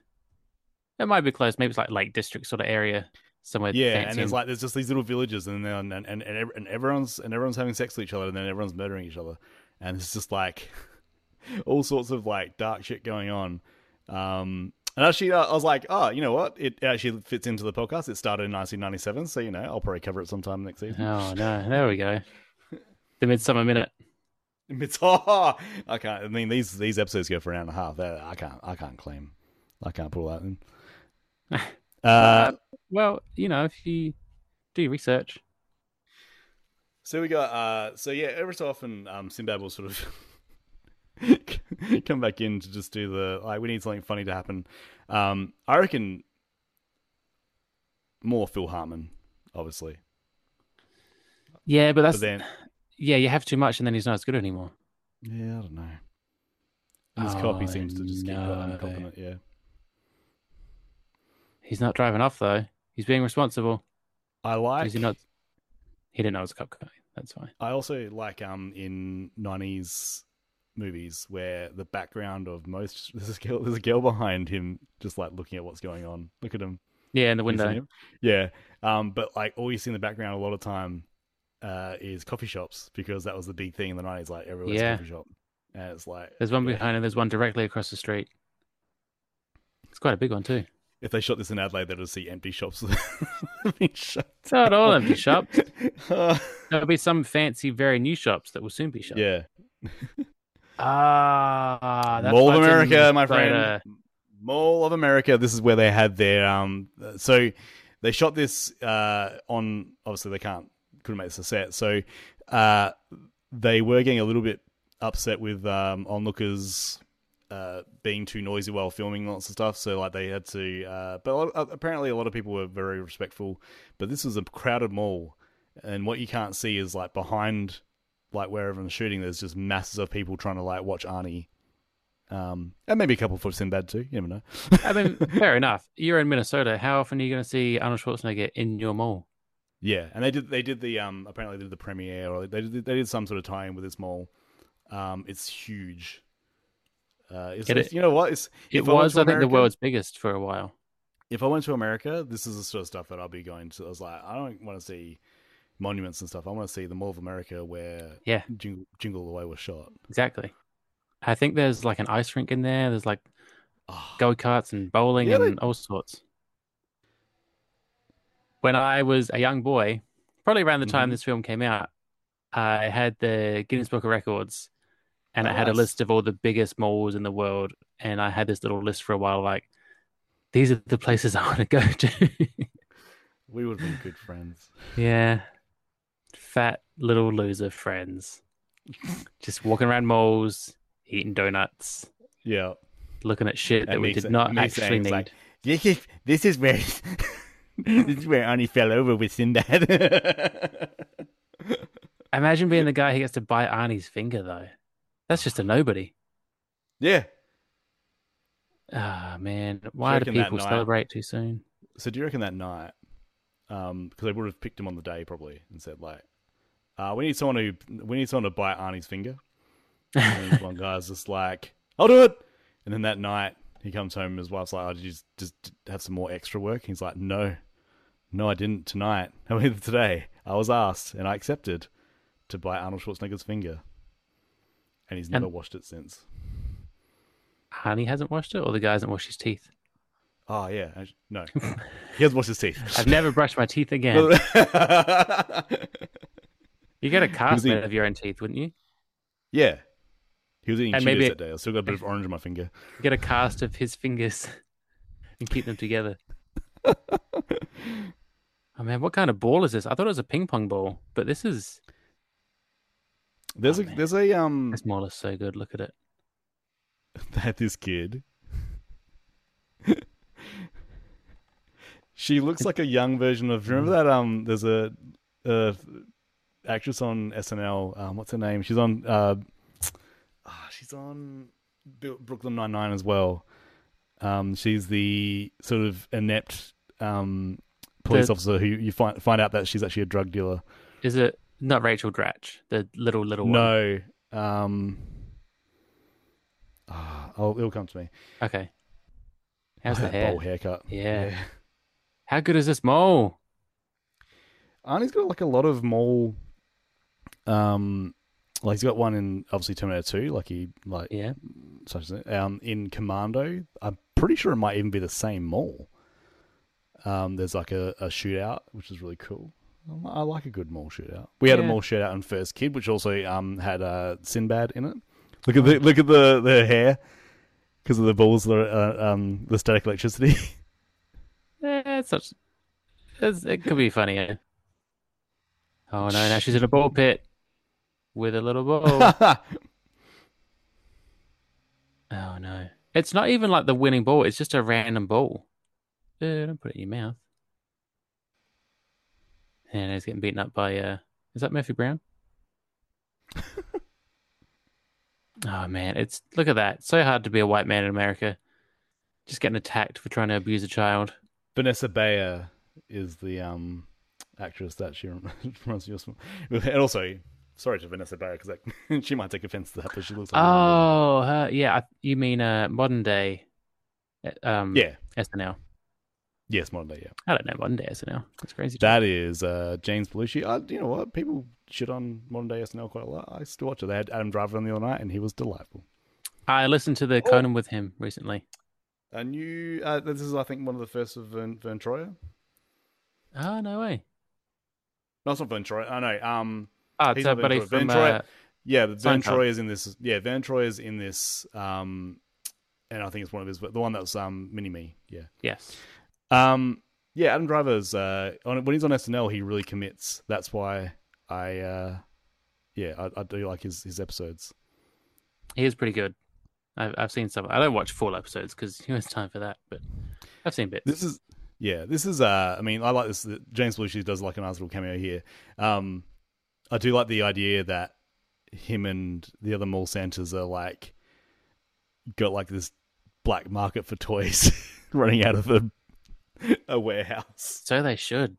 Speaker 2: it might be close. Maybe it's like Lake District sort of area somewhere.
Speaker 1: yeah,
Speaker 2: fancy
Speaker 1: and there's like there's just these little villages and then and, and and ev- and everyone's and everyone's having sex with each other and then everyone's murdering each other and it's just like all sorts of like dark shit going on. Um and actually, I I was like, oh, you know what? It actually fits into the podcast. It started in 1997, so you know, I'll probably cover it sometime next season.
Speaker 2: Oh no! There we go. The Midsummer Minute.
Speaker 1: It's oh, I can't. I mean, these these episodes go for an hour and a half. That I can't. I can't claim. I can't pull that in. Uh,
Speaker 2: well, you know, if you do your research,
Speaker 1: so we got. Uh, so yeah, every so often, um, Sinbad will sort of come back in to just do the like. We need something funny to happen. Um, I reckon more Phil Hartman, obviously.
Speaker 2: yeah, but that's
Speaker 1: But then,
Speaker 2: yeah, you have too much, and then he's not as good anymore.
Speaker 1: yeah, I don't know. His
Speaker 2: Oh,
Speaker 1: copy seems to just keep
Speaker 2: no.
Speaker 1: going incompetent. Yeah.
Speaker 2: He's not driving off though. He's being responsible.
Speaker 1: I like.
Speaker 2: Is he not? He didn't know it was a cop car. That's fine.
Speaker 1: I also like um in nineties movies where the background of most there's a girl there's a girl behind him just like looking at what's going on. Look at him.
Speaker 2: Yeah, in the
Speaker 1: You seen
Speaker 2: window.
Speaker 1: him? Yeah. Um, but like all you see in the background a lot of time uh, is coffee shops because that was the big thing in the nineties. Like everywhere's a
Speaker 2: Yeah.
Speaker 1: coffee shop, and it's like
Speaker 2: There's one
Speaker 1: yeah.
Speaker 2: behind and there's one directly across the street. It's quite a big one too.
Speaker 1: If they shot this in Adelaide, they'd just see empty shops being shut.
Speaker 2: It's not all empty shops.
Speaker 1: Uh,
Speaker 2: There'll be some fancy, very new shops that will soon be shut.
Speaker 1: yeah,
Speaker 2: Ah, that's
Speaker 1: Mall
Speaker 2: why
Speaker 1: of
Speaker 2: it's in
Speaker 1: America, my friend.
Speaker 2: Minnesota.
Speaker 1: Mall of America. This is where they had their um. So they shot this uh on. Obviously, they can't couldn't make this a set. So uh, they were getting a little bit upset with um onlookers. Uh, being too noisy while filming lots of stuff, so like they had to. Uh, but a lot, uh, apparently, a lot of people were very respectful. But this was a crowded mall, and what you can't see is like behind, like where everyone's shooting. There's just masses of people trying to like watch Arnie um, and maybe a couple of flips in bed too. You never know.
Speaker 2: I mean, fair enough. You're in Minnesota. How often are you going to see Arnold Schwarzenegger in your mall?
Speaker 1: Yeah, and they did. They did the um. Apparently, they did the premiere, or they did. They did some sort of tie-in with this mall. Um, it's huge. Uh, it's,
Speaker 2: Get
Speaker 1: it's-
Speaker 2: it?
Speaker 1: you know what? It's
Speaker 2: It
Speaker 1: if went
Speaker 2: was,
Speaker 1: to
Speaker 2: I think, the
Speaker 1: America-
Speaker 2: world's biggest for a while.
Speaker 1: If I went to America, this is the sort of stuff that I'll be going to. I was like, I don't want to see monuments and stuff. I want to see the Mall of America where
Speaker 2: Yeah.
Speaker 1: Jingle, Jingle All the Way was shot.
Speaker 2: Exactly. I think there's like an ice rink in there. There's like
Speaker 1: Oh,
Speaker 2: go karts and bowling
Speaker 1: Yeah, they-
Speaker 2: and all sorts. When I was a young boy, probably around the time
Speaker 1: Mhm.
Speaker 2: this film came out, I had the Guinness Book of Records and
Speaker 1: Oh,
Speaker 2: it had a
Speaker 1: nice.
Speaker 2: list of all the biggest malls in the world. And I had this little list for a while, like, these are the places I want to go to.
Speaker 1: we would have been good friends.
Speaker 2: yeah. Fat little loser friends. Just walking around malls, eating donuts,
Speaker 1: Yeah.
Speaker 2: looking at shit
Speaker 1: And
Speaker 2: that we
Speaker 1: me
Speaker 2: did
Speaker 1: sa-
Speaker 2: not
Speaker 1: me
Speaker 2: actually
Speaker 1: saying, it's
Speaker 2: need.
Speaker 1: like, This is this is where this is where Arnie fell over with Sinbad.
Speaker 2: Imagine being the guy who gets to bite Arnie's finger, though. That's just a nobody.
Speaker 1: yeah.
Speaker 2: Ah, man. Why do
Speaker 1: reckon that
Speaker 2: people
Speaker 1: night-
Speaker 2: celebrate too soon?
Speaker 1: So do you reckon that night? Um, because they would have picked him on the day probably and said like, uh, "We need someone who we need someone to bite Arnie's finger." And then this one guy's just like, "I'll do it." And then that night he comes home and his wife's like, "Oh, did you just, just have some more extra work?" he's like, "No, no, I didn't tonight. I mean today. I was asked and I accepted to bite Arnold Schwarzenegger's finger." And he's never washed it since.
Speaker 2: Arnie hasn't washed it, or the guy hasn't washed his teeth?
Speaker 1: Oh yeah, actu- no, he has washed his teeth.
Speaker 2: I've never brushed my teeth again. You get a cast
Speaker 1: Was he-
Speaker 2: made of your own teeth, wouldn't you?
Speaker 1: Yeah. He was eating
Speaker 2: And
Speaker 1: Cheetos
Speaker 2: maybe-
Speaker 1: that day. I still got a bit of orange on my finger.
Speaker 2: You get a cast of his fingers and keep them together. Oh, man. What kind of ball is this? I thought it was a ping pong ball, but this is.
Speaker 1: There's
Speaker 2: Oh,
Speaker 1: a
Speaker 2: man.
Speaker 1: there's a um
Speaker 2: This mall is so good. Look at it.
Speaker 1: that this kid. she looks like a young version of remember that um there's a uh actress on SNL, um what's her name? She's on uh ah, she's on Bill- Brooklyn Nine Nine as well. Um she's the sort of inept um police
Speaker 2: The-
Speaker 1: officer who you find find out that she's actually a drug dealer.
Speaker 2: Is it not Rachel Dratch, the little, little one?
Speaker 1: No. Um. ah, oh, it'll come to me.
Speaker 2: Okay. How's the
Speaker 1: that
Speaker 2: hair?
Speaker 1: bowl haircut.
Speaker 2: Yeah. How good is this mole?
Speaker 1: Arnie's got like a lot of mole. Um, like he's got one in obviously Terminator Two. Like he like
Speaker 2: Yeah.
Speaker 1: such as it. Um, in Commando, I'm pretty sure it might even be the same mall. Um, there's like a, a shootout, which is really cool. I li- I like a good mall shootout. We had a
Speaker 2: Yeah.
Speaker 1: mall shootout in First Kid, which also um had uh, Sinbad in it. Look
Speaker 2: Oh.
Speaker 1: at the look at the, the hair because of the balls, the uh, um the static electricity.
Speaker 2: Eh, it's such. It's, it could be funnier. Oh no! Now she's in a ball pit with a little ball. oh no! It's not even like the winning ball. It's just a random ball. Eh, don't put it in your mouth. And he's getting beaten up by. Uh, is that Murphy Brown? oh man! It's look at that. So hard to be a white man in America. Just getting attacked for trying to abuse a child.
Speaker 1: Vanessa Bayer is the um actress that she rem- reminds me of. And also, sorry to Vanessa Bayer because like, she might take offense to that, but she looks like a-
Speaker 2: Oh, her, yeah. I- You mean uh, modern day uh, eh, um,
Speaker 1: yeah,
Speaker 2: SNL?
Speaker 1: Yes, modern day. Yeah,
Speaker 2: I don't know modern day SNL. That's crazy. to me.
Speaker 1: that is uh, James Belushi. Uh, you know what? People shit on modern day SNL quite a lot. I used to watch it. They had Adam Driver on the other night, and he was delightful.
Speaker 2: I listened to the Conan with him recently.
Speaker 1: A new. Uh, this is, I think, one of the first of Vern, Vern Troyer.
Speaker 2: Oh no way!
Speaker 1: No, it's not Vern Troyer. I know. Um,
Speaker 2: Oh,
Speaker 1: He's
Speaker 2: it's our
Speaker 1: not
Speaker 2: buddy
Speaker 1: Vern Troyer.
Speaker 2: from.
Speaker 1: Vern Troyer-
Speaker 2: uh,
Speaker 1: yeah, the Vern
Speaker 2: Seinfeld.
Speaker 1: Troy is in this. Yeah, Vern Troy is in this. Um, and I think it's one of his, the one that was um, Mini Me. Yeah.
Speaker 2: yes.
Speaker 1: Um, yeah, Adam Driver's uh, on when he's on SNL, he really commits. That's why I, uh, yeah, I, I do like his his episodes.
Speaker 2: He is pretty good. I've, I've seen some. I don't watch full episodes because who has time for that? But I've seen bits.
Speaker 1: This is yeah, this is uh, I mean, I like this. that James Belushi does like a nice little cameo here. Um, I do like the idea that him and the other mall Santas are like got like this black market for toys running out of a a warehouse.
Speaker 2: So they should.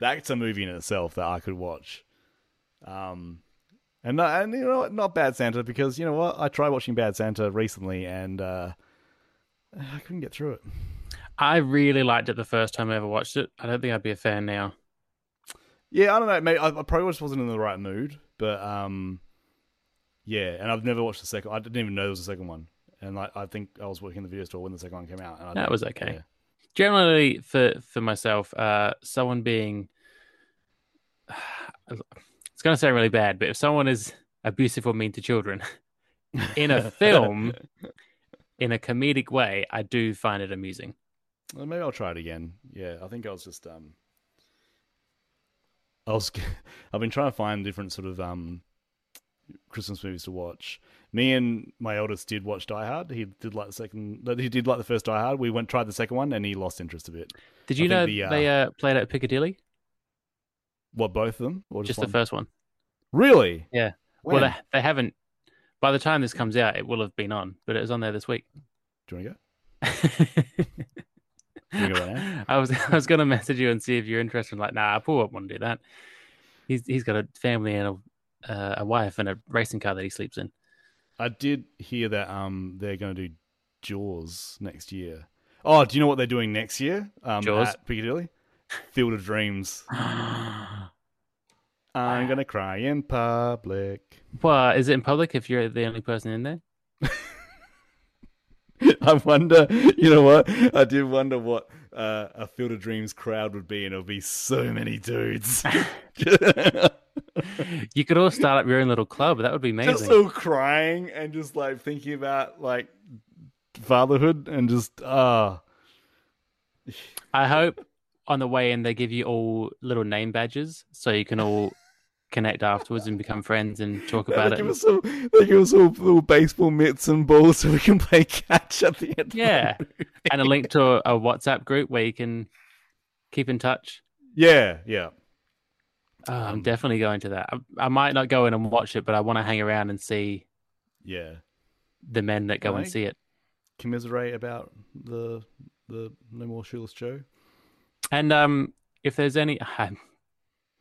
Speaker 1: that's a movie in itself that I could watch. Um, and not, and you know what, not Bad Santa because you know what I tried watching Bad Santa recently and uh, I couldn't get through it.
Speaker 2: I really liked it the first time I ever watched it. I don't think I'd be a fan now.
Speaker 1: Yeah, I don't know. Maybe I, I probably just wasn't in the right mood, but um, yeah. And I've never watched the second. I didn't even know there was a second one. And I, I think I was working in the video store when the second one came out. And I
Speaker 2: That
Speaker 1: didn't-
Speaker 2: was okay.
Speaker 1: yeah.
Speaker 2: Generally, for for myself, uh, someone being, it's going to sound really bad, but if someone is abusive or mean to children in a film, in a comedic way, I do find it amusing.
Speaker 1: Well, maybe I'll try it again. Yeah, I think I was just um, I was I've been trying to find different sort of um, Christmas movies to watch. Me and my eldest did watch Die Hard. He did like the second. no, He did like the first Die Hard. We went tried the second one, and he lost interest a bit.
Speaker 2: Did
Speaker 1: I
Speaker 2: you
Speaker 1: think
Speaker 2: know
Speaker 1: the, uh,
Speaker 2: they uh, played at Piccadilly?
Speaker 1: What both of them? Or
Speaker 2: Just,
Speaker 1: just,
Speaker 2: the
Speaker 1: one?
Speaker 2: first one.
Speaker 1: Really?
Speaker 2: Yeah.
Speaker 1: When?
Speaker 2: Well, they, they haven't. By the time this comes out, it will have been on, but it was on there this week.
Speaker 1: Do you want to go? you go right now?
Speaker 2: I was I was gonna message you and see if you're interested. Like, nah, Paul won't want to do that. He's he's got a family and a uh, a wife and a racing car that he sleeps in.
Speaker 1: I did hear that um they're going to do Jaws next year. Oh, do you know what they're doing next year? Um,
Speaker 2: Jaws?
Speaker 1: at Piccadilly, Field of Dreams. I'm gonna cry in public.
Speaker 2: well, is it in public if you're the only person in there?
Speaker 1: I wonder, you know what? I did wonder what uh, a Field of Dreams crowd would be, and it'll be so many dudes
Speaker 2: You could all start up your own little club. That would be amazing.
Speaker 1: just all crying and just like thinking about like fatherhood and just ah.
Speaker 2: I hope on the way in they give you all little name badges so you can all connect afterwards and become friends and talk
Speaker 1: they
Speaker 2: about
Speaker 1: give
Speaker 2: it.
Speaker 1: us all, they give us all little baseball mitts and balls so we can play catch at the end. of the
Speaker 2: Yeah.
Speaker 1: movie.
Speaker 2: And a link to a, a WhatsApp group where you can keep in touch.
Speaker 1: yeah, yeah.
Speaker 2: Oh, I'm
Speaker 1: Um,
Speaker 2: definitely going to that. I, I might not go in and watch it, but I want to hang around and see
Speaker 1: Yeah,
Speaker 2: the men that go and
Speaker 1: Right.
Speaker 2: see it.
Speaker 1: commiserate about the the no more shoeless Joe.
Speaker 2: And um, if there's any, I'm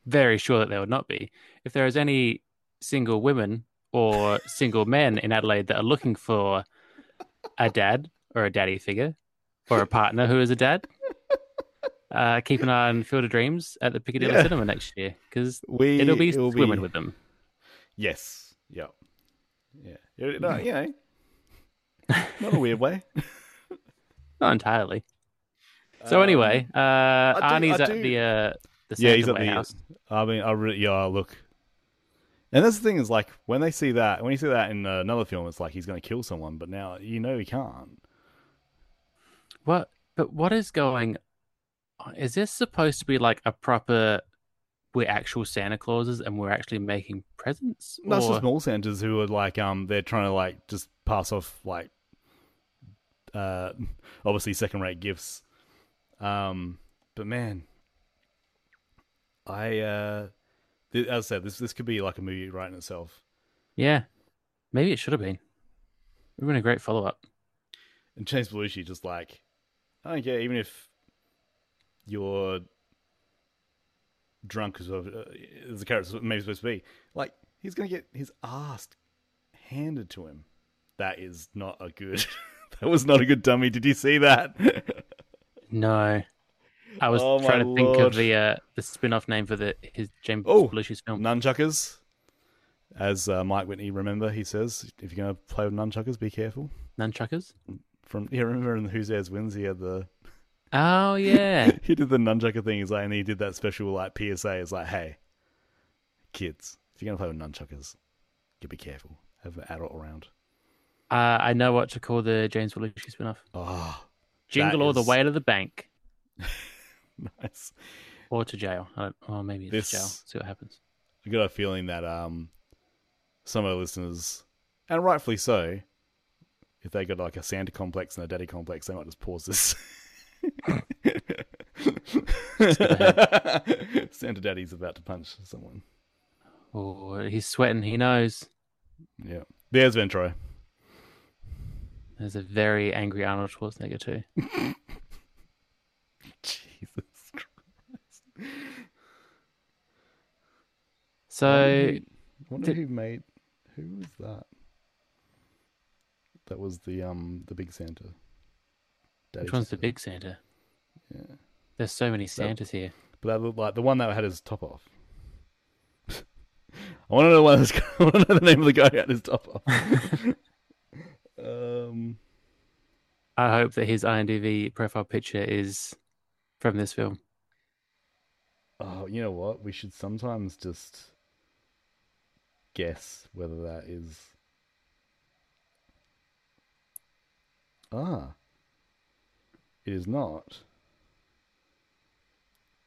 Speaker 2: very sure that there would not be. If there is any single women or single men in Adelaide that are looking for a dad or a daddy figure or a partner who is a dad, uh, keep an eye on Field of Dreams at the Piccadilly
Speaker 1: Yeah.
Speaker 2: Cinema next year because
Speaker 1: We
Speaker 2: it'll be women with them.
Speaker 1: yes, yeah, yeah. It- No, you know, not a weird way.
Speaker 2: Not entirely. So
Speaker 1: Um,
Speaker 2: anyway, uh,
Speaker 1: I do-
Speaker 2: Arnie's
Speaker 1: I
Speaker 2: at
Speaker 1: do-
Speaker 2: the uh, the Santa
Speaker 1: yeah, he's at the.
Speaker 2: warehouse.
Speaker 1: I mean, I really yeah. Look, and that's the thing is like when they see that when you see that in another film, it's like he's going to kill someone, but now you know he can't.
Speaker 2: What? But what is going? on? Is this supposed to be like a proper? We're actual Santa Clauses and we're actually making presents.
Speaker 1: No, it's
Speaker 2: Or-
Speaker 1: just small centers who are like um they're trying to like just pass off like uh obviously second rate gifts. Um but man I uh th- as I said this this could be like a movie right in itself.
Speaker 2: yeah, maybe it should have been. It would have been a great follow up.
Speaker 1: And James Belushi just like I don't care even if you're drunk as, uh, as the character's maybe supposed to be like he's going to get his ass handed to him. That is not a good. that was not a good dummy. Did you see that?
Speaker 2: No, I was
Speaker 1: Oh, my
Speaker 2: trying to think
Speaker 1: lord.
Speaker 2: of the uh, the spin off name for the his James
Speaker 1: Oh.
Speaker 2: Belushi's film.
Speaker 1: Nunchuckers, as uh, Mike Whitney, remember, he says, if you're going to play with nunchuckers, be careful.
Speaker 2: Nunchuckers.
Speaker 1: From yeah, remember in the Who's Airs Wins, he had the
Speaker 2: Oh yeah.
Speaker 1: he did the nunchucker thing. He's like, and he did that special like PSA. It's like, hey, kids, if you're going to play with nunchuckers, you be careful. Have an adult around.
Speaker 2: uh, I know what to call the James Belushi spin off.
Speaker 1: Oh,
Speaker 2: Jingle or the
Speaker 1: is-
Speaker 2: Way to the Bank
Speaker 1: nice.
Speaker 2: or to jail. I don't, or maybe it's
Speaker 1: This-
Speaker 2: jail. See what happens.
Speaker 1: I got a feeling that um, some of our listeners, and rightfully so, if they got like a Santa complex and a daddy complex, they might just pause this. Santa daddy's about to punch someone.
Speaker 2: Oh, he's sweating. He knows.
Speaker 1: Yeah, there's Ventro.
Speaker 2: There's a very angry Arnold Schwarzenegger too.
Speaker 1: Jesus Christ.
Speaker 2: So
Speaker 1: I wonder
Speaker 2: Did-
Speaker 1: who made who was that? That was the um the big Santa. Daddy
Speaker 2: which one's the
Speaker 1: Santa.
Speaker 2: big Santa?
Speaker 1: Yeah.
Speaker 2: There's so many Santas here.
Speaker 1: But that looked like the one that had his top off. I want to know what this guy, I want to know the name of the guy who had his top off. um,
Speaker 2: I hope that his IMDb profile picture is from this film.
Speaker 1: oh, you know what? We should sometimes just guess whether that is. Ah, it is not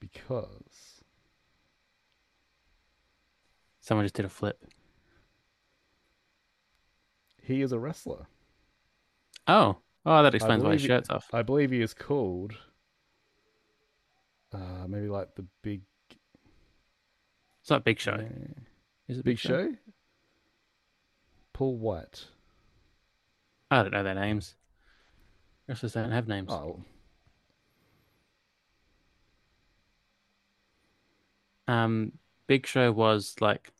Speaker 1: because
Speaker 2: Someone just did a flip.
Speaker 1: he is a wrestler.
Speaker 2: Oh, oh, that explains why his
Speaker 1: believe it-
Speaker 2: shirt's off.
Speaker 1: I believe he is called uh, maybe like the Big
Speaker 2: It's not Big Show. Is it
Speaker 1: Big Show. Paul White.
Speaker 2: I don't know their names. Wrestlers don't have names.
Speaker 1: Oh,
Speaker 2: Um, Big Show was like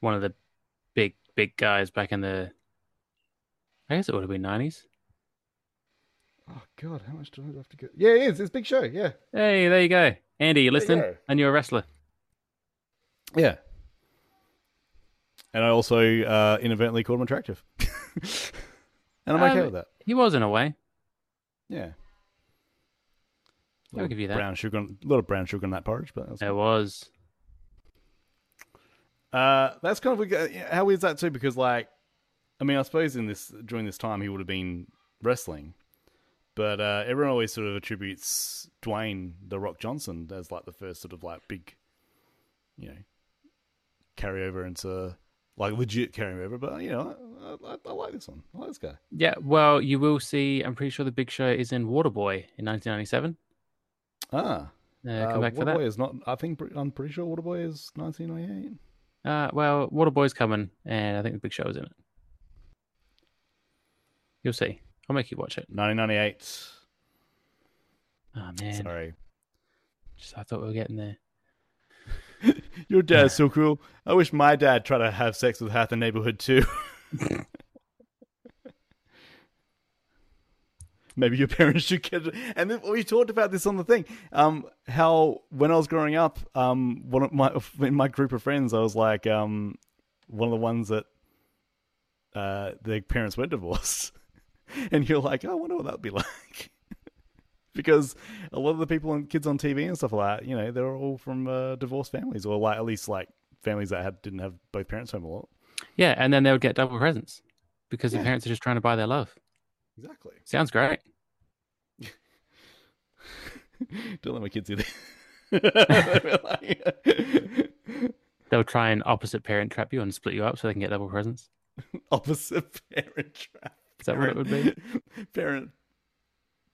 Speaker 2: one of the big big guys back in the. I guess it would have been nineties.
Speaker 1: oh God! How much do I have to go? Yeah, it is. It's Big Show. Yeah,
Speaker 2: Hey, there you go, Andy.
Speaker 1: There
Speaker 2: You
Speaker 1: you
Speaker 2: listening?
Speaker 1: go.
Speaker 2: and you're a wrestler.
Speaker 1: yeah. And I also uh, inadvertently called him attractive, and I'm okay
Speaker 2: Um,
Speaker 1: with that.
Speaker 2: He was in a way.
Speaker 1: Yeah.
Speaker 2: I'll give you that.
Speaker 1: Brown sugar, on- a lot of brown sugar on that porridge, but that's
Speaker 2: There was.
Speaker 1: Uh, that's kind of yeah, how is that too? Because like, I mean, I suppose in this during this time he would have been wrestling, but uh, everyone always sort of attributes Dwayne the Rock Johnson as like the first sort of like big, you know, carryover into like legit carryover. But you know, I, I, I like this one. I like this guy.
Speaker 2: Yeah. Well, you will see. I'm pretty sure the Big Show is in Waterboy in 1997.
Speaker 1: Ah,
Speaker 2: Uh, come back for
Speaker 1: Waterboy
Speaker 2: that.
Speaker 1: is not. I think I'm pretty sure Waterboy is 1998.
Speaker 2: Uh, well, Waterboy's coming, and I think the Big Show is in it. You'll see. I'll make you watch it.
Speaker 1: 1998.
Speaker 2: Oh man,
Speaker 1: Sorry.
Speaker 2: just I thought we were getting there.
Speaker 1: Your dad's so cruel. I wish my dad tried to have sex with half the neighborhood too. Maybe your parents should get it. And then we talked about this on the thing. Um, how when I was growing up, um, one of my in my group of friends, I was like, um, one of the ones that uh, their parents were divorced, and you're like, "Oh, I wonder what that'd be like, because a lot of the people and kids on TV and stuff like that, you know, they're all from uh, divorced families, or like at least like families that had didn't have both parents home a lot.
Speaker 2: Yeah, and then they would get double presents because
Speaker 1: Yeah.
Speaker 2: the parents are just trying to buy their love.
Speaker 1: Exactly.
Speaker 2: Sounds great.
Speaker 1: Don't let my kids do that.
Speaker 2: They'll try and opposite parent trap you and split you up so they can get double presents.
Speaker 1: Opposite parent trap.
Speaker 2: Is that what it would be?
Speaker 1: Parent.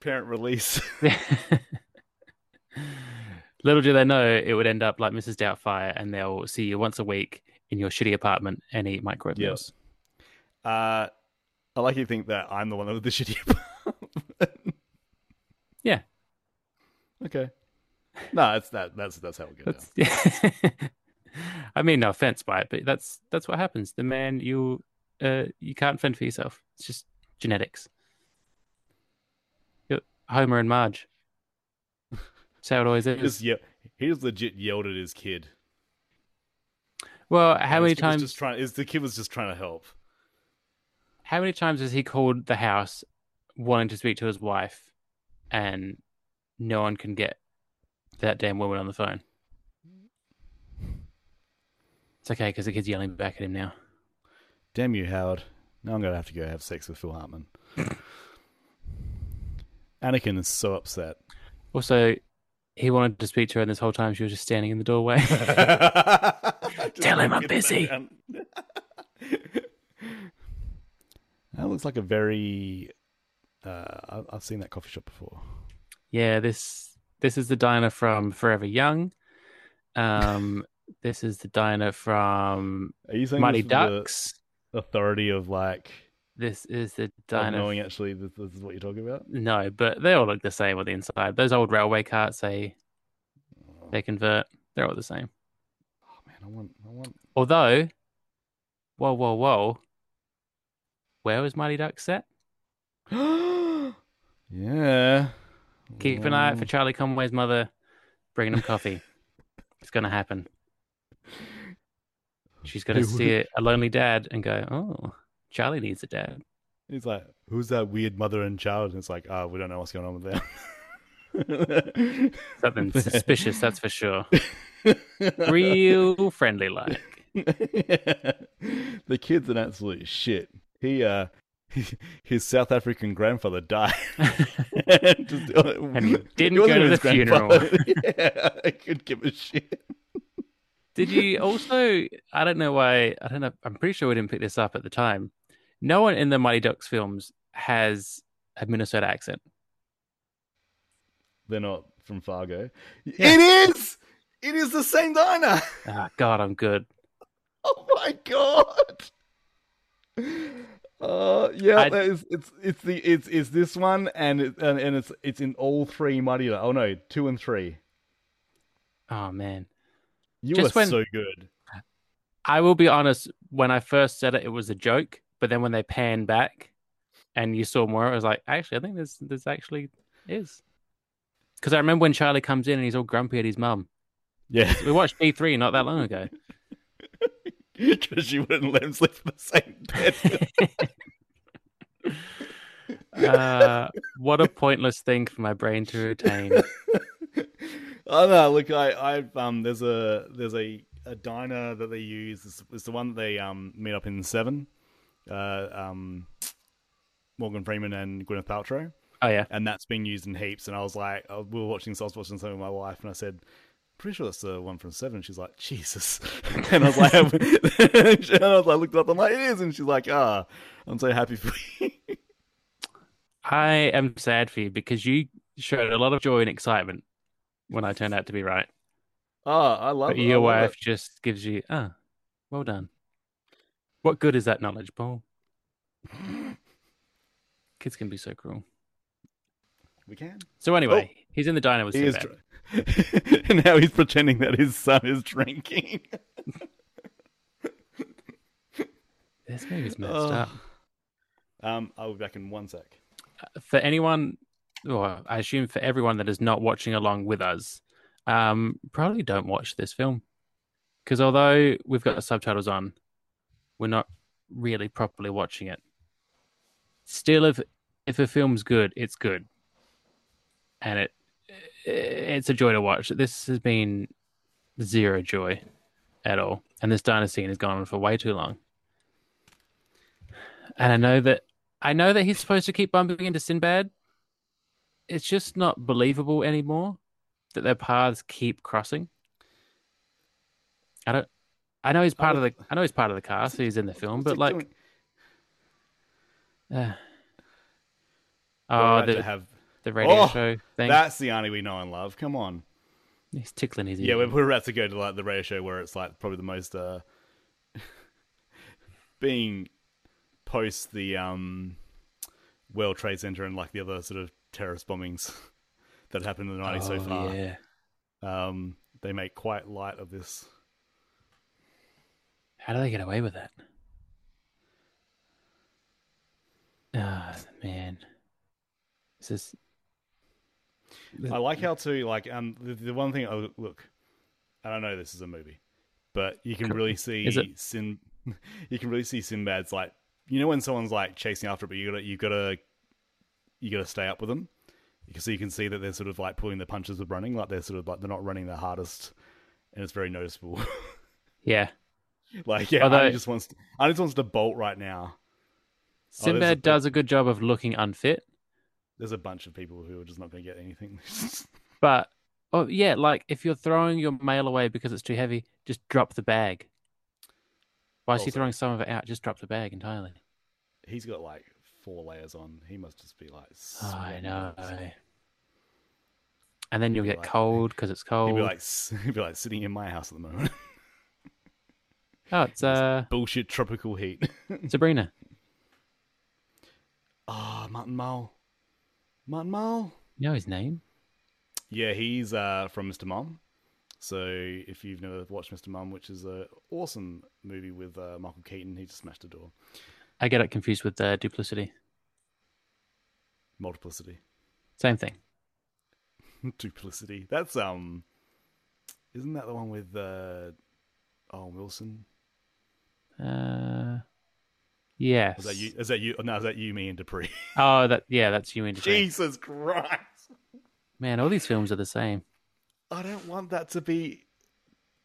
Speaker 1: Parent release.
Speaker 2: Little do they know, it would end up like Mrs. Doubtfire, and they'll see you once a week in your shitty apartment and eat microwave
Speaker 1: Yeah.
Speaker 2: meals.
Speaker 1: Uh, I like you think that I'm the one with the shitty apartment.
Speaker 2: Yeah.
Speaker 1: Okay. No, that's that. That's that's how it goes.
Speaker 2: That's I mean, no offense by it, but that's that's what happens. The man you uh, you can't fend for yourself. It's just genetics. You're Homer and Marge. That's how it always
Speaker 1: He
Speaker 2: is.
Speaker 1: just, ye- he just legit yelled at his kid.
Speaker 2: Well, how
Speaker 1: And
Speaker 2: many
Speaker 1: his kid was
Speaker 2: times?
Speaker 1: Just trying, his- the kid was just trying to help.
Speaker 2: How many times has he called the house, wanting to speak to his wife, and no one can get that damn woman on the phone? It's okay because the kid's yelling back at him now.
Speaker 1: Damn you, Howard. Now I'm going to have to go have sex with Phil Hartman. Anakin is so upset.
Speaker 2: Also, he wanted to speak to her, and this whole time she was just standing in the doorway.
Speaker 1: Tell
Speaker 2: him I'm busy.
Speaker 1: that looks like a very. Uh, I- I've seen that coffee shop before.
Speaker 2: yeah, this this is the diner from Forever Young. Um, this is the diner from
Speaker 1: Are you saying
Speaker 2: Mighty
Speaker 1: this is the
Speaker 2: Ducks.
Speaker 1: authority of like
Speaker 2: This is the
Speaker 1: of
Speaker 2: diner.
Speaker 1: knowing actually this, this is what you're talking about?
Speaker 2: No, but they all look the same on the inside. Those old railway carts, they they convert. They're all the same.
Speaker 1: Oh man, I want, I want.
Speaker 2: Although, whoa, whoa, whoa, where was Mighty Duck set?
Speaker 1: yeah.
Speaker 2: Keep an eye out for Charlie Conway's mother, bringing him coffee. it's gonna happen. She's gonna
Speaker 1: They
Speaker 2: see a, a lonely dad and go, "Oh, Charlie needs a dad."
Speaker 1: He's like, "Who's that weird mother and child?" And it's like, "Ah, we don't know what's going on with them."
Speaker 2: Something suspicious, that's for sure. Real friendly like.
Speaker 1: the kid's an absolute shit. He uh, his South African grandfather died. Just, uh,
Speaker 2: he
Speaker 1: it
Speaker 2: didn't
Speaker 1: wasn't
Speaker 2: go to
Speaker 1: his
Speaker 2: the funeral.
Speaker 1: grandfather. yeah, I could give a shit.
Speaker 2: Did you also? I don't know why. I don't know. I'm pretty sure we didn't pick this up at the time. No one in the Mighty Ducks films has a Minnesota accent.
Speaker 1: They're not from Fargo. It is. It is the same diner.
Speaker 2: Ah, God, I'm good.
Speaker 1: Oh my god. Uh, yeah,
Speaker 2: I-
Speaker 1: that is, it's it's the it's it's this one and it, and and it's it's in all three muddy. Oh no, two and three.
Speaker 2: Oh man,
Speaker 1: You
Speaker 2: Just
Speaker 1: are
Speaker 2: when-
Speaker 1: so good.
Speaker 2: I will be honest. When I first said it, it was a joke. But then when they pan back, and you saw more, I was like, actually, I think this this actually is. Because I remember when Charlie comes in and he's all grumpy at his mum.
Speaker 1: Yeah,
Speaker 2: We watched D3 not that long ago.
Speaker 1: because you wouldn't let him sleep in the same bed.
Speaker 2: Uh, what a pointless thing for my brain to retain.
Speaker 1: oh no, look, I I um there's a there's a a diner that they use. It's, it's the one that they um meet up in Seven. Uh, um, Morgan Freeman and Gwyneth Paltrow.
Speaker 2: Oh yeah.
Speaker 1: and that's been used in heaps. And I was like, uh, we were watching, so I was watching something with my wife, and I said, pretty sure that's the one from Seven. She's like, Jesus, and I was like, and I was like, looked it up, I'm like, it is, and she's like, ah, I'm so happy for you.
Speaker 2: I am sad for you because you showed a lot of joy and excitement when I turned out to be right.
Speaker 1: Ah, I love
Speaker 2: But
Speaker 1: it.
Speaker 2: your
Speaker 1: I love
Speaker 2: wife
Speaker 1: it.
Speaker 2: just gives you, ah, well done. What good is that knowledge, Paul? Kids can be so cruel.
Speaker 1: We can.
Speaker 2: So anyway, he's in the diner with
Speaker 1: Oh, He is
Speaker 2: Sinbad.
Speaker 1: dr- and now he's pretending that his son is drinking.
Speaker 2: This movie's messed
Speaker 1: Oh.
Speaker 2: up.
Speaker 1: Um, I'll be back in one sec.
Speaker 2: For anyone, or I assume for everyone that is not watching along with us, um, probably don't watch this film because although we've got the subtitles on, we're not really properly watching it. Still, if if a film's good, it's good, and it it's a joy to watch. This has been zero joy at all, and this diner scene has gone on for way too long. And I know that I know that he's supposed to keep bumping into Sinbad. It's just not believable anymore that their paths keep crossing. I don't. I know he's part of the. I know he's part of the cast. He's in the film,
Speaker 1: What's
Speaker 2: but
Speaker 1: he
Speaker 2: like,
Speaker 1: doing?
Speaker 2: uh,
Speaker 1: We're
Speaker 2: oh,
Speaker 1: allowed
Speaker 2: the,
Speaker 1: to have-
Speaker 2: the radio
Speaker 1: Oh,
Speaker 2: show thing.
Speaker 1: that's the Arnie we know and love. Come on.
Speaker 2: He's tickling his ear.
Speaker 1: Yeah, we're, we're about to go to like the radio show where it's like probably the most uh being post the um World Trade Center and like the other sort of terrorist bombings that happened in the nineties so
Speaker 2: Oh,
Speaker 1: far.
Speaker 2: Yeah.
Speaker 1: Um they make quite light of this.
Speaker 2: How do they get away with that? Ah, man. This is
Speaker 1: I like how too like um the, the one thing oh, look, and I know this is a movie, but you can really see
Speaker 2: Is it-
Speaker 1: Sin, you can really see Sinbad's like you know when someone's like chasing after, it, but you gotta you gotta you gotta stay up with them. You can see you can see that they're sort of like pulling their punches with running, like they're sort of like they're not running their hardest, and it's very noticeable. Oh,
Speaker 2: Yeah.
Speaker 1: like yeah,
Speaker 2: Although-
Speaker 1: I just wants I just wants to bolt right now. Oh, there's a
Speaker 2: Sinbad
Speaker 1: bit-
Speaker 2: does a good job of looking unfit,
Speaker 1: There's a bunch of people who are just not going to get anything.
Speaker 2: but oh yeah, like if you're throwing your mail away because it's too heavy, just drop the bag. Why is he
Speaker 1: Also-
Speaker 2: throwing some of it out? Just drop the bag entirely.
Speaker 1: He's got like four layers on. He must just be like.
Speaker 2: Oh, I
Speaker 1: sweating
Speaker 2: know.
Speaker 1: bullets.
Speaker 2: And then you'll
Speaker 1: He'd be
Speaker 2: get
Speaker 1: like-
Speaker 2: cold because it's
Speaker 1: He'd
Speaker 2: cold.
Speaker 1: be like, s- he'd be like sitting in my house at the moment.
Speaker 2: oh, it's uh,
Speaker 1: Bullshit tropical heat.
Speaker 2: Sabrina.
Speaker 1: Ah, Martin Mull. Martin Mull.
Speaker 2: You know his name?
Speaker 1: Yeah, he's uh, from Mr. Mom. So if you've never watched Mr. Mom, which is an awesome movie with uh, Michael Keaton, he just smashed a door.
Speaker 2: I get it confused with uh, duplicity.
Speaker 1: Multiplicity,
Speaker 2: Same thing.
Speaker 1: duplicity. That's um, isn't that the one with uh, Owen Wilson?
Speaker 2: Uh, yes.
Speaker 1: Is that you? Is that you? No, is that you? Me and Dupree.
Speaker 2: Oh, that yeah, that's you. Jeez.
Speaker 1: Jesus Christ!
Speaker 2: Man, all these films are the same.
Speaker 1: I don't want that to be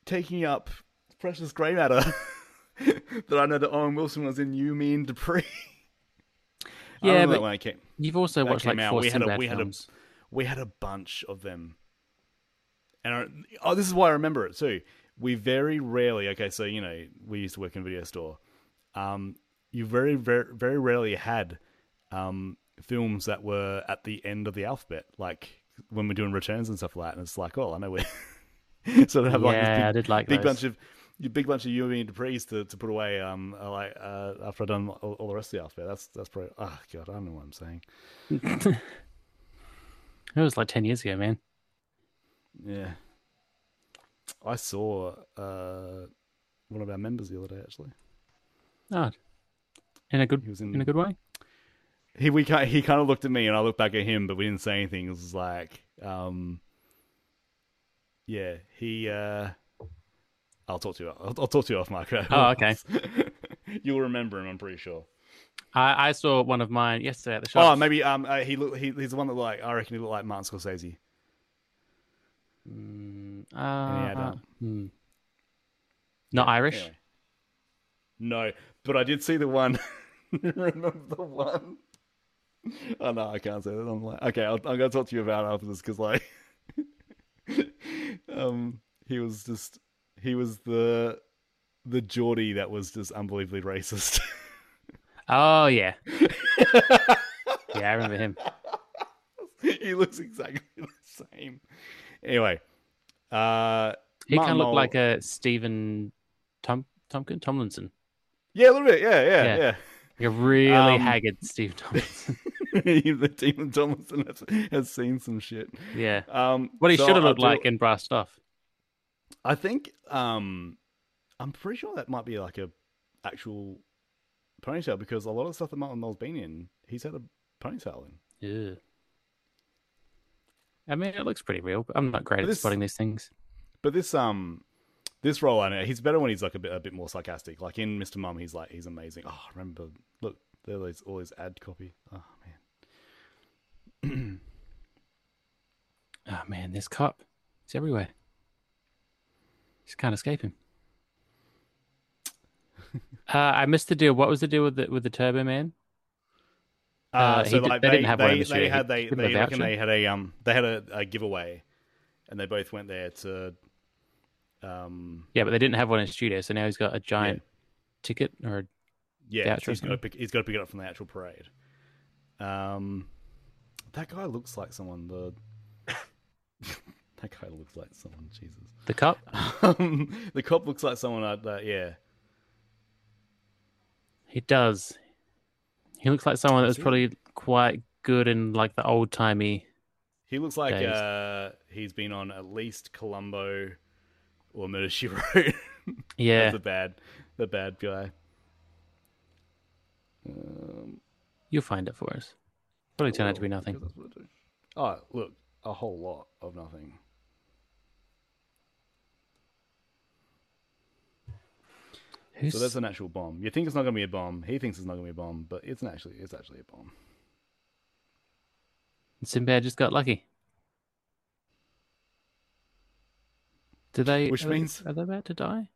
Speaker 1: taking up precious grey matter that I know that Owen Wilson was in You Mean Dupree. I
Speaker 2: Yeah,
Speaker 1: remember
Speaker 2: but-
Speaker 1: that when I came.
Speaker 2: You've also
Speaker 1: That
Speaker 2: watched like
Speaker 1: came out,
Speaker 2: four
Speaker 1: we had a-
Speaker 2: Sinbad
Speaker 1: we had a-
Speaker 2: films.
Speaker 1: we had a bunch of them. And I, oh, this is why I remember it too. We very rarely, okay, so you know, we used to work in a video store. Um, you very, very, very rarely had um, films that were at the end of the alphabet, like when we're doing returns and stuff like that. And it's like, oh, I know we're so they have like
Speaker 2: yeah,
Speaker 1: this
Speaker 2: I
Speaker 1: big,
Speaker 2: did like
Speaker 1: big
Speaker 2: those.
Speaker 1: bunch of your big bunch of you and Dupree's to, to put away. Um, uh, like uh, after I've done all, all the rest of the alphabet, that's that's probably. Oh god, I don't know what I'm saying.
Speaker 2: It was like ten years ago, man.
Speaker 1: Yeah. I saw uh, one of our members the other day. Actually,
Speaker 2: Oh, in a good
Speaker 1: he was
Speaker 2: in
Speaker 1: in.
Speaker 2: a good way.
Speaker 1: he we ki- he kind of looked at me, and I looked back at him, but we didn't say anything. It was like, um, yeah, he. Uh, I'll talk to you. I'll, I'll talk to you off mic.
Speaker 2: Oh, okay.
Speaker 1: You'll remember him. I'm pretty sure.
Speaker 2: I, I saw one of mine yesterday at the
Speaker 1: Oh,
Speaker 2: shop.
Speaker 1: maybe um, uh, he look. He, he's the one that like I reckon he looked like Martin Scorsese.
Speaker 2: Mm,
Speaker 1: I
Speaker 2: uh,
Speaker 1: don't-
Speaker 2: hmm. Not Irish.
Speaker 1: Anyway. No, but I did see the one. Remember the one? Oh no, I can't say that. I'm like, okay, I'll, I'm gonna talk to you about it after this because like, um, he was just he was the the Geordie that was just unbelievably racist.
Speaker 2: Oh yeah. yeah, I remember him.
Speaker 1: he looks exactly the same. Anyway, uh,
Speaker 2: He
Speaker 1: Martin
Speaker 2: kind
Speaker 1: Mull-
Speaker 2: of looked like a Stephen Tom Tompkin Tomlinson,
Speaker 1: yeah, a little bit, yeah, yeah,
Speaker 2: Yeah.
Speaker 1: yeah.
Speaker 2: like a really
Speaker 1: Um,
Speaker 2: haggard Stephen Tomlinson.
Speaker 1: the Demon Tomlinson has, has seen some shit.
Speaker 2: yeah,
Speaker 1: Um,
Speaker 2: what he
Speaker 1: so
Speaker 2: should have
Speaker 1: I'll
Speaker 2: looked
Speaker 1: do-
Speaker 2: like in Brassed Off.
Speaker 1: I think um, I'm pretty sure that might be like a actual ponytail because a lot of stuff that Martin Mull's been in, he's had a ponytail in.
Speaker 2: Yeah. I mean, it looks pretty real, but I'm not great
Speaker 1: But
Speaker 2: at
Speaker 1: this-
Speaker 2: spotting these things.
Speaker 1: But this um, this role, I know he's better when he's like a bit a bit more sarcastic. Like in Mr. Mum, he's like he's amazing. Oh, I remember look, there was all his ad copy. Oh man,
Speaker 2: Oh man, this cop. He's everywhere. Just can't escape him. uh, I missed the deal. What was the deal with the with the Turbo Man?
Speaker 1: Uh,
Speaker 2: Uh,
Speaker 1: so
Speaker 2: he did-
Speaker 1: like
Speaker 2: they
Speaker 1: they,
Speaker 2: didn't have
Speaker 1: they,
Speaker 2: one in this
Speaker 1: they
Speaker 2: year.
Speaker 1: had
Speaker 2: He
Speaker 1: they
Speaker 2: gave them a
Speaker 1: they reckon
Speaker 2: voucher.
Speaker 1: they had a um they had a, a giveaway, and they both went there to um
Speaker 2: Yeah, but they didn't have one in studio, so now he's got a giant ticket or
Speaker 1: yeah
Speaker 2: Voucher or
Speaker 1: he's got to pick he's got to pick it up from the actual parade. Um, that guy looks like someone. The that guy looks like someone. Jesus,
Speaker 2: the cop.
Speaker 1: um, the cop looks like someone. I'd, uh, yeah,
Speaker 2: He does. He looks like someone that was
Speaker 1: See?
Speaker 2: probably quite good in like the old timey.
Speaker 1: he looks like
Speaker 2: Dazed.
Speaker 1: uh he's been on at least Columbo or Murder She Wrote.
Speaker 2: Yeah,
Speaker 1: the bad, the bad guy.
Speaker 2: you'll find it for us. Probably turned out to be
Speaker 1: Well,
Speaker 2: nothing.
Speaker 1: because that's what I do. Oh, look, a whole lot of nothing.
Speaker 2: Who's,
Speaker 1: So that's an actual bomb. You think it's not going to be a bomb. He thinks it's not going to be a bomb, but it's an actually it's actually a bomb.
Speaker 2: Sinbad just got lucky. Do they?
Speaker 1: Which
Speaker 2: are-
Speaker 1: means-
Speaker 2: are they about to die?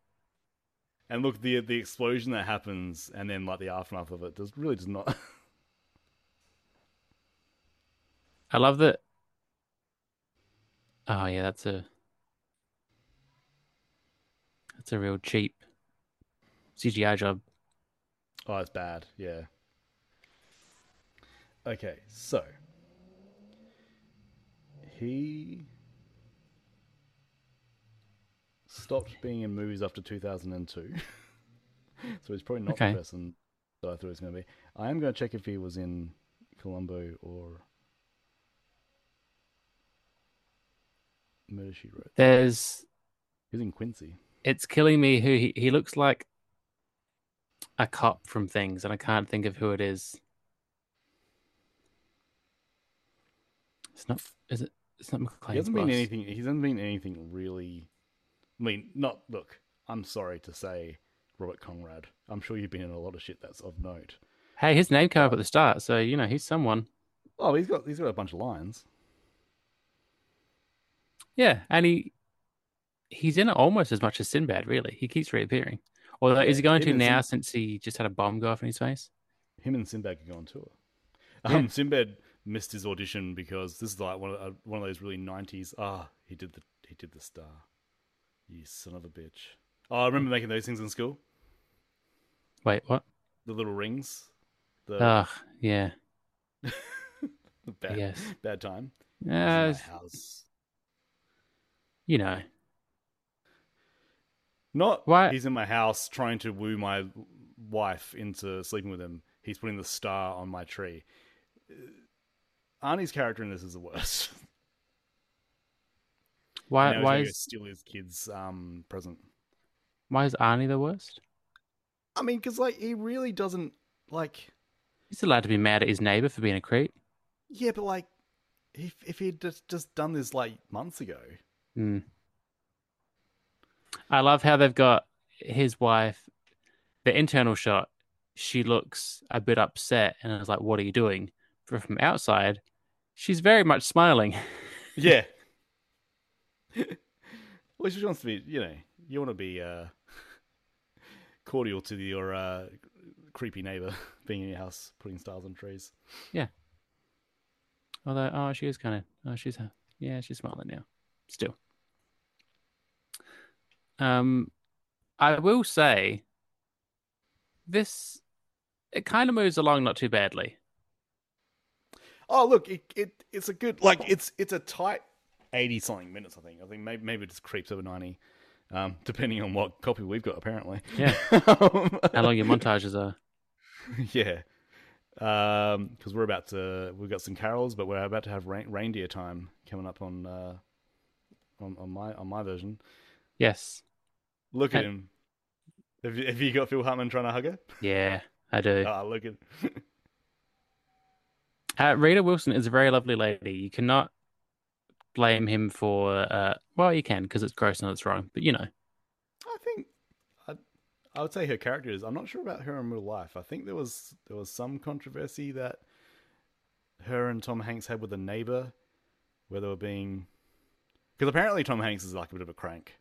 Speaker 1: And look, the the explosion that happens, and then like the aftermath of it, does really does not.
Speaker 2: I love that. Oh yeah, that's a that's a real cheap CGI job.
Speaker 1: oh, it's bad. Yeah. Okay, so he stopped being in movies after two thousand and two, so he's probably not
Speaker 2: Okay.
Speaker 1: the person that I thought he was going to be. I am going to check if he was in Columbo or Murder She Wrote.
Speaker 2: There's
Speaker 1: He's in Quincy.
Speaker 2: it's killing me who he, he looks like a cop from things and I can't think of who it is. It's not is it it's not McClane's
Speaker 1: He hasn't been
Speaker 2: boss.
Speaker 1: anything. He hasn't been anything really. I mean, not look. I'm sorry to say, Robert Conrad. I'm sure you've been in a lot of shit that's of note.
Speaker 2: Hey, his name came up at the start, so you know he's someone.
Speaker 1: Oh, he's got he's got a bunch of lines.
Speaker 2: Yeah, and he he's in it almost as much as Sinbad, really. He keeps reappearing. Although is he
Speaker 1: Yeah,
Speaker 2: going
Speaker 1: it
Speaker 2: to
Speaker 1: is.
Speaker 2: now since he just had a bomb go off in his face?
Speaker 1: Him and Sinbad could go on tour.
Speaker 2: Yeah.
Speaker 1: Um, Sinbad missed his audition because this is like one of uh, one of those really '90s. Ah, he did the he did the star. You son of a bitch. Oh, I remember making those things in school.
Speaker 2: Wait, what?
Speaker 1: The little rings. The,
Speaker 2: Ugh, yeah.
Speaker 1: the bad,
Speaker 2: yes.
Speaker 1: bad time.
Speaker 2: Uh,
Speaker 1: Isn't that house.
Speaker 2: you know.
Speaker 1: Not
Speaker 2: Why-
Speaker 1: he's in my house trying to woo my wife into sleeping with him. He's putting the star on my tree. Uh, Arnie's character in this is the worst.
Speaker 2: Why
Speaker 1: Now he's
Speaker 2: why
Speaker 1: gonna go
Speaker 2: is
Speaker 1: steal his kid's um present?
Speaker 2: why is Arnie the worst?
Speaker 1: I mean, because like he really doesn't like.
Speaker 2: He's allowed to be mad at his neighbor for being a creep.
Speaker 1: Yeah, but like, if if he'd just just done this like months ago,
Speaker 2: Mm. I love how they've got his wife, the internal shot, she looks a bit upset and is like, What are you doing? But from outside, she's very much smiling.
Speaker 1: yeah. well, she wants to be. You know, you want to be uh cordial to your uh creepy neighbor being in your house putting stars on trees.
Speaker 2: Although, oh, she is kind of, oh, she's, yeah, she's smiling now, still. Um, I will say, this, it kind of moves along not too badly.
Speaker 1: Oh, look, it, it it's a good like it's it's a tight eighty something minutes. I think. I think maybe maybe it just creeps over ninety, um, depending on what copy we've got. Apparently,
Speaker 2: Yeah.
Speaker 1: Um,
Speaker 2: How long your montages are.
Speaker 1: yeah, because we're about to we've got some carols, but we're about to have rein, reindeer time coming up on uh, on on my on my version.
Speaker 2: Yes.
Speaker 1: Look at
Speaker 2: Hey.
Speaker 1: him. Have you, have you got Phil Hartman trying to hug her?
Speaker 2: Yeah, I do.
Speaker 1: Ah, look at
Speaker 2: Uh, Rita Wilson is a very lovely lady. You cannot blame him for, uh, well, you can because it's gross and it's wrong, but you know,
Speaker 1: I think I, I would say her character is. I'm not sure about her in real life. I think there was there was some controversy that her and Tom Hanks had with a neighbor, where they were being because apparently Tom Hanks is like a bit of a crank.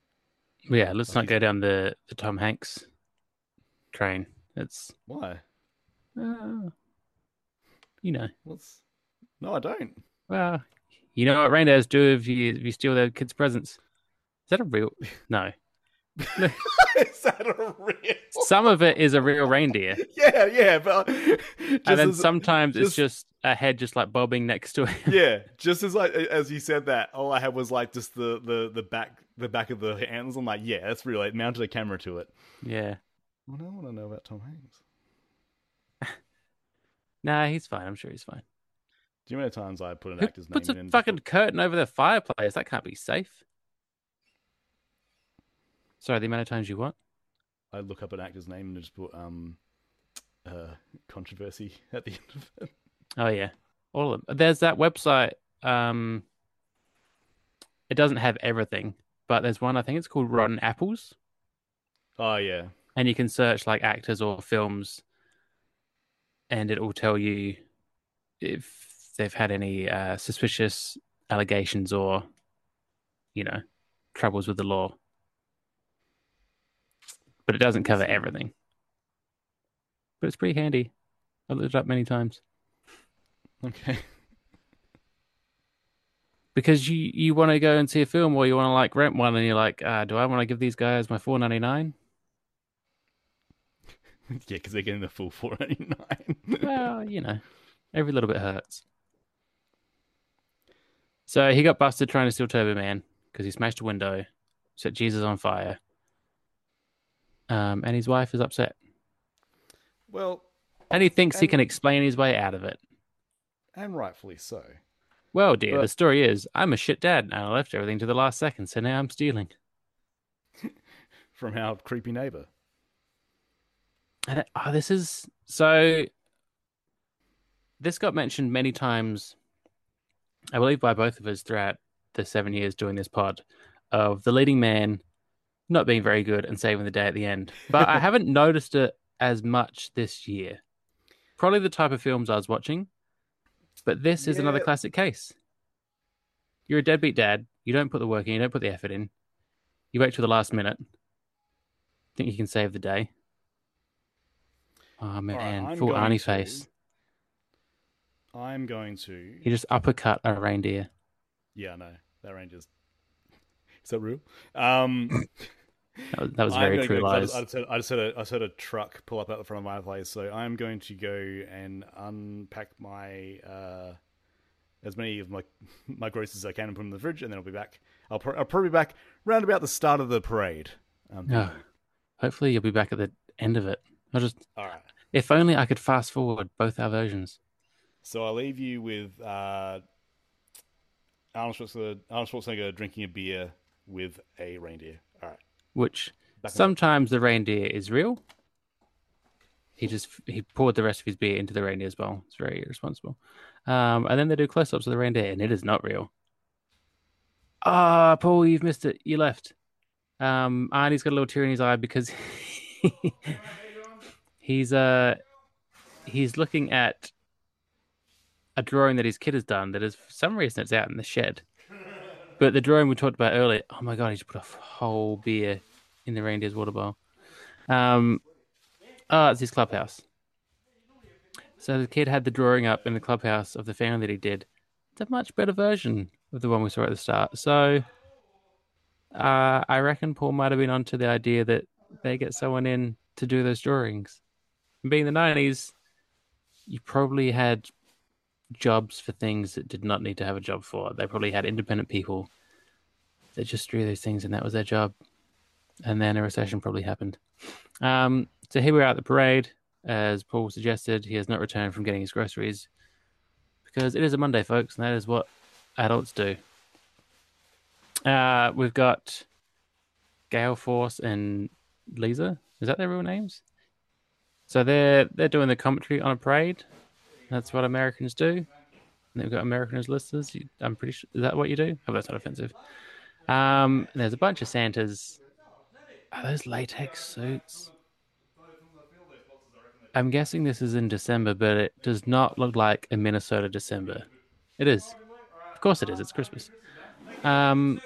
Speaker 2: yeah, let's
Speaker 1: Well,
Speaker 2: not
Speaker 1: he's-
Speaker 2: go down the, the Tom Hanks train. It's,
Speaker 1: Why?
Speaker 2: uh, you know,
Speaker 1: What's? No, I don't.
Speaker 2: well, you know what reindeers do if you, if you steal their kids' presents. Is that a real? No.
Speaker 1: is that a real?
Speaker 2: Some of it is a real reindeer,
Speaker 1: Yeah, yeah, but
Speaker 2: and then
Speaker 1: as-
Speaker 2: sometimes
Speaker 1: just-
Speaker 2: it's just a head just like bobbing next to it.
Speaker 1: yeah, just as like as you said that, all I had was like just the the the back the back of the handles. I'm like, yeah, that's real. Like, mounted a camera to it.
Speaker 2: yeah.
Speaker 1: Well, now I want to know about Tom Hanks.
Speaker 2: Nah, he's fine. I'm sure he's fine.
Speaker 1: Do you know how many times I put an
Speaker 2: Who
Speaker 1: actor's
Speaker 2: puts
Speaker 1: name
Speaker 2: a
Speaker 1: in?
Speaker 2: fucking curtain over the fireplace? That can't be safe. Sorry, the amount of times you want.
Speaker 1: I look up an actor's name and just put um, uh, controversy at the end of it.
Speaker 2: Oh yeah, all of them. There's that website. Um, It doesn't have everything, but there's one I think it's called Rotten Apples,
Speaker 1: Oh yeah.
Speaker 2: and you can search like actors or films, and it will tell you if they've had any uh, suspicious allegations or, you know, troubles with the law. But it doesn't cover everything. But it's pretty handy. I've looked it up many times.
Speaker 1: Okay.
Speaker 2: because you you want to go and see a film or you want to like rent one and you're like uh, do i want to give these guys my 4.99
Speaker 1: yeah, because they're getting the full four ninety nine.
Speaker 2: well you know every little bit hurts so he got busted trying to steal turbo man because he smashed a window set jesus on fire um, and his wife is upset
Speaker 1: well,
Speaker 2: and he thinks he
Speaker 1: And-
Speaker 2: can explain his way out of it
Speaker 1: and rightfully so.
Speaker 2: well dear the
Speaker 1: But-
Speaker 2: story is i'm a shit dad and i left everything to the last second so now i'm stealing
Speaker 1: From our creepy neighbor.
Speaker 2: And it, oh, this is so. This got mentioned many times, I believe, by both of us throughout the seven years doing this pod, of the leading man not being very good and saving the day at the end. But I haven't noticed it as much this year. Probably the type of films I was watching, but this is another
Speaker 1: Yeah.
Speaker 2: classic case. You're a deadbeat dad. You don't put the work in. You don't put the effort in. You wait till the last minute. Think you can save the day. Oh
Speaker 1: All right,
Speaker 2: man,
Speaker 1: I'm
Speaker 2: full
Speaker 1: going
Speaker 2: Arnie
Speaker 1: to-
Speaker 2: face.
Speaker 1: I'm going to.
Speaker 2: He just uppercut a reindeer.
Speaker 1: Yeah, I know that range is. Is that real? Um,
Speaker 2: That was, that was
Speaker 1: I'm
Speaker 2: very
Speaker 1: gonna
Speaker 2: true
Speaker 1: go- 'cause
Speaker 2: lies.
Speaker 1: I just, I, just heard, I just heard a, I just heard a truck pull up out the front of my place, so I'm going to go and unpack my uh, as many of my my groceries as I can and put them in the fridge, and then I'll be back. I'll, pro- I'll probably be back round about the start of the parade. Um,
Speaker 2: No. Hopefully, you'll be back at the end of it. I just,
Speaker 1: All right.
Speaker 2: if only I could fast forward both our versions.
Speaker 1: So I leave you with uh, Arnold, Schwarzenegger, Arnold Schwarzenegger drinking a beer with a reindeer. All right.
Speaker 2: Which
Speaker 1: Back in-
Speaker 2: sometimes the reindeer is real. He just he poured the rest of his beer into the reindeer's bowl. It's very irresponsible. Um, and then they do close-ups of the reindeer, and it is not real. Ah, Paul, you've missed it. You left. Um, Arnie's got a little tear in his eye because he's uh he's looking at a drawing that his kid has done. That is for some reason it's out in the shed. But the drawing we talked about earlier. Oh my god, he's put a f- whole beer in the reindeer's water bowl. Um, ah, it's his clubhouse. So the kid had the drawing up in the clubhouse of the family that he did. It's a much better version of the one we saw at the start. So uh, I reckon Paul might have been onto the idea that they get someone in to do those drawings. And being the 90s, you probably had jobs for things that did not need to have a job for. They probably had independent people that just drew those things and that was their job and then a recession probably happened. Um, so here we are at the parade. As Paul suggested, he has not returned from getting his groceries because it is a Monday, folks, and that is what adults do. Uh, we've got Gale Force and Lisa. Is that their real names? So they're they're doing the commentary on a parade. That's what Americans do. And they've got American as listeners. You- I'm pretty sure is that what you do? Oh, that's not offensive. Um, and there's a bunch of Santas are those latex suits? I'm guessing this is in December, but it does not look like a Minnesota December. It is. Of course it is. It's Christmas. Um,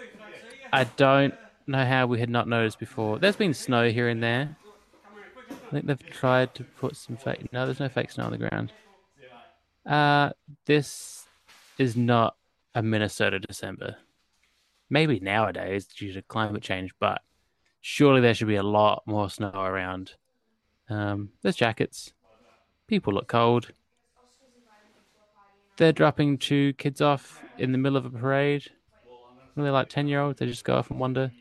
Speaker 2: I don't know how we had not noticed before. There's been snow here and there. I think they've tried to put some fake. No, there's no fake snow on the ground. Uh, this is not a Minnesota December. Maybe nowadays due to climate change, but surely there should be a lot more snow around. Um, there's jackets. People look cold. They're dropping two kids off in the middle of a parade. And they're like 10 year olds. They just go off and wander.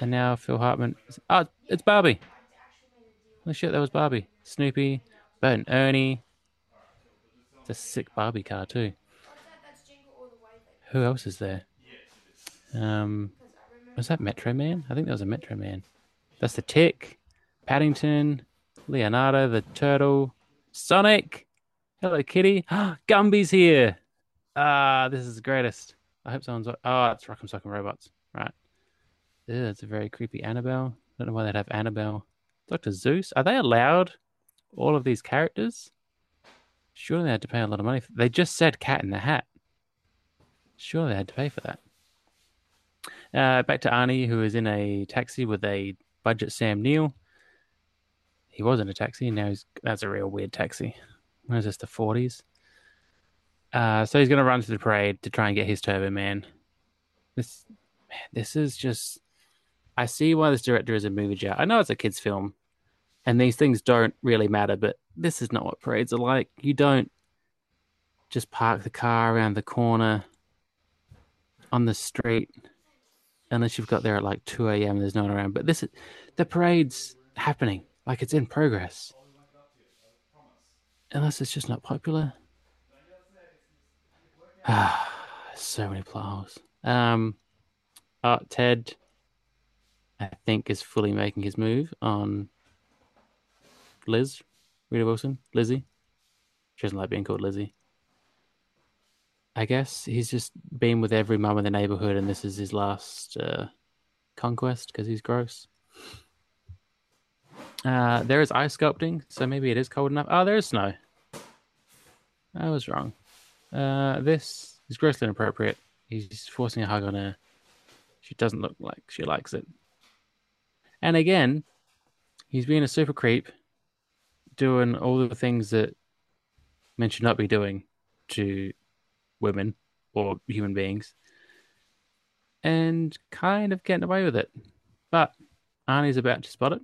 Speaker 2: And now Phil Hartman. Oh, it's Barbie. Holy shit, that was Barbie. Snoopy, Bert and Ernie. It's a sick Barbie car, too. Who else is there? Um, was that Metro Man? I think that was a Metro Man. That's the Tick, Paddington, Leonardo the Turtle, Sonic, Hello Kitty. Gumby's here. Ah, this is the greatest. I hope someone's like, oh, it's Rock'em Sock'em Robots, right? Ew, it's a very creepy Annabelle. I don't know why they'd have Annabelle. Doctor Zeus, are they allowed? All of these characters? Surely they had to pay a lot of money. For... They just said Cat in the Hat. Surely they had to pay for that. Uh, back to Arnie, who is in a taxi with a budget Sam Neill. He was in a taxi, and now he's that's a real weird taxi. What is this, the 40s? Uh, so he's going to run through the parade to try and get his Turbo Man. This, man, this is just. I see why this director is a movie jar. I know it's a kids' film, and these things don't really matter, but this is not what parades are like. You don't just park the car around the corner on the street unless you've got there at like 2 a.m. There's no one around. But this is the parade's happening, like it's in progress. Unless it's just not popular. so many plot holes. Um, uh, Ted, I think, is fully making his move on Liz, Rita Wilson, Lizzie. She doesn't like being called Lizzie. I guess he's just been with every mum in the neighborhood, and this is his last uh, conquest because he's gross. Uh, there is ice sculpting, so maybe it is cold enough. Oh, there is snow. I was wrong. Uh, this is grossly inappropriate. He's forcing a hug on her. She doesn't look like she likes it. And again, he's being a super creep, doing all the things that men should not be doing to women or human beings and kind of getting away with it. But Arnie's about to spot it.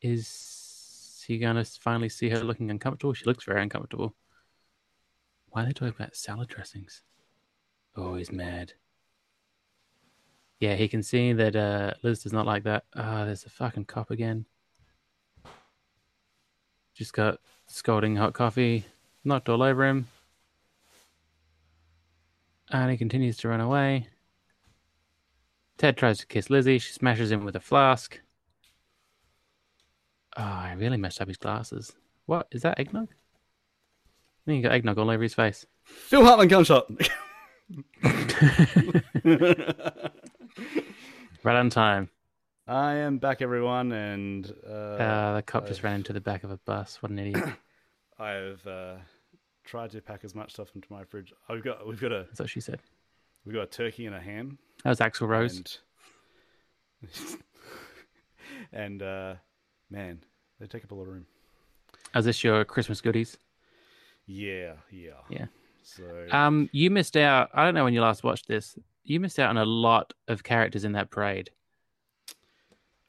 Speaker 2: Is he going to finally see her looking uncomfortable? She looks very uncomfortable. Why are they talking about salad dressings? Oh, he's mad. Yeah, he can see that uh, Liz does not like that. Ah, oh, there's a fucking cop again. Just got scalding hot coffee knocked all over him. And he continues to run away. Ted tries to kiss Lizzie. She smashes him with a flask. Oh, I really messed up his glasses. What? Is that eggnog? I think he got eggnog all over his face.
Speaker 1: Phil Hartman gunshot.
Speaker 2: right on time.
Speaker 1: I am back, everyone, and uh,
Speaker 2: Uh, the cop just ran into the back of a bus. What an idiot.
Speaker 1: I've uh, tried to pack as much stuff into my fridge. I've got we've got a
Speaker 2: That's what she said.
Speaker 1: we've got a turkey and a ham,
Speaker 2: That was Axel Rose.
Speaker 1: and and uh, man, they take up a lot of room.
Speaker 2: Is this your Christmas goodies?
Speaker 1: Yeah, yeah, Uh,
Speaker 2: Yeah.
Speaker 1: So
Speaker 2: Um, you missed out. I don't know when you last watched this. You missed out on a lot of characters in that parade.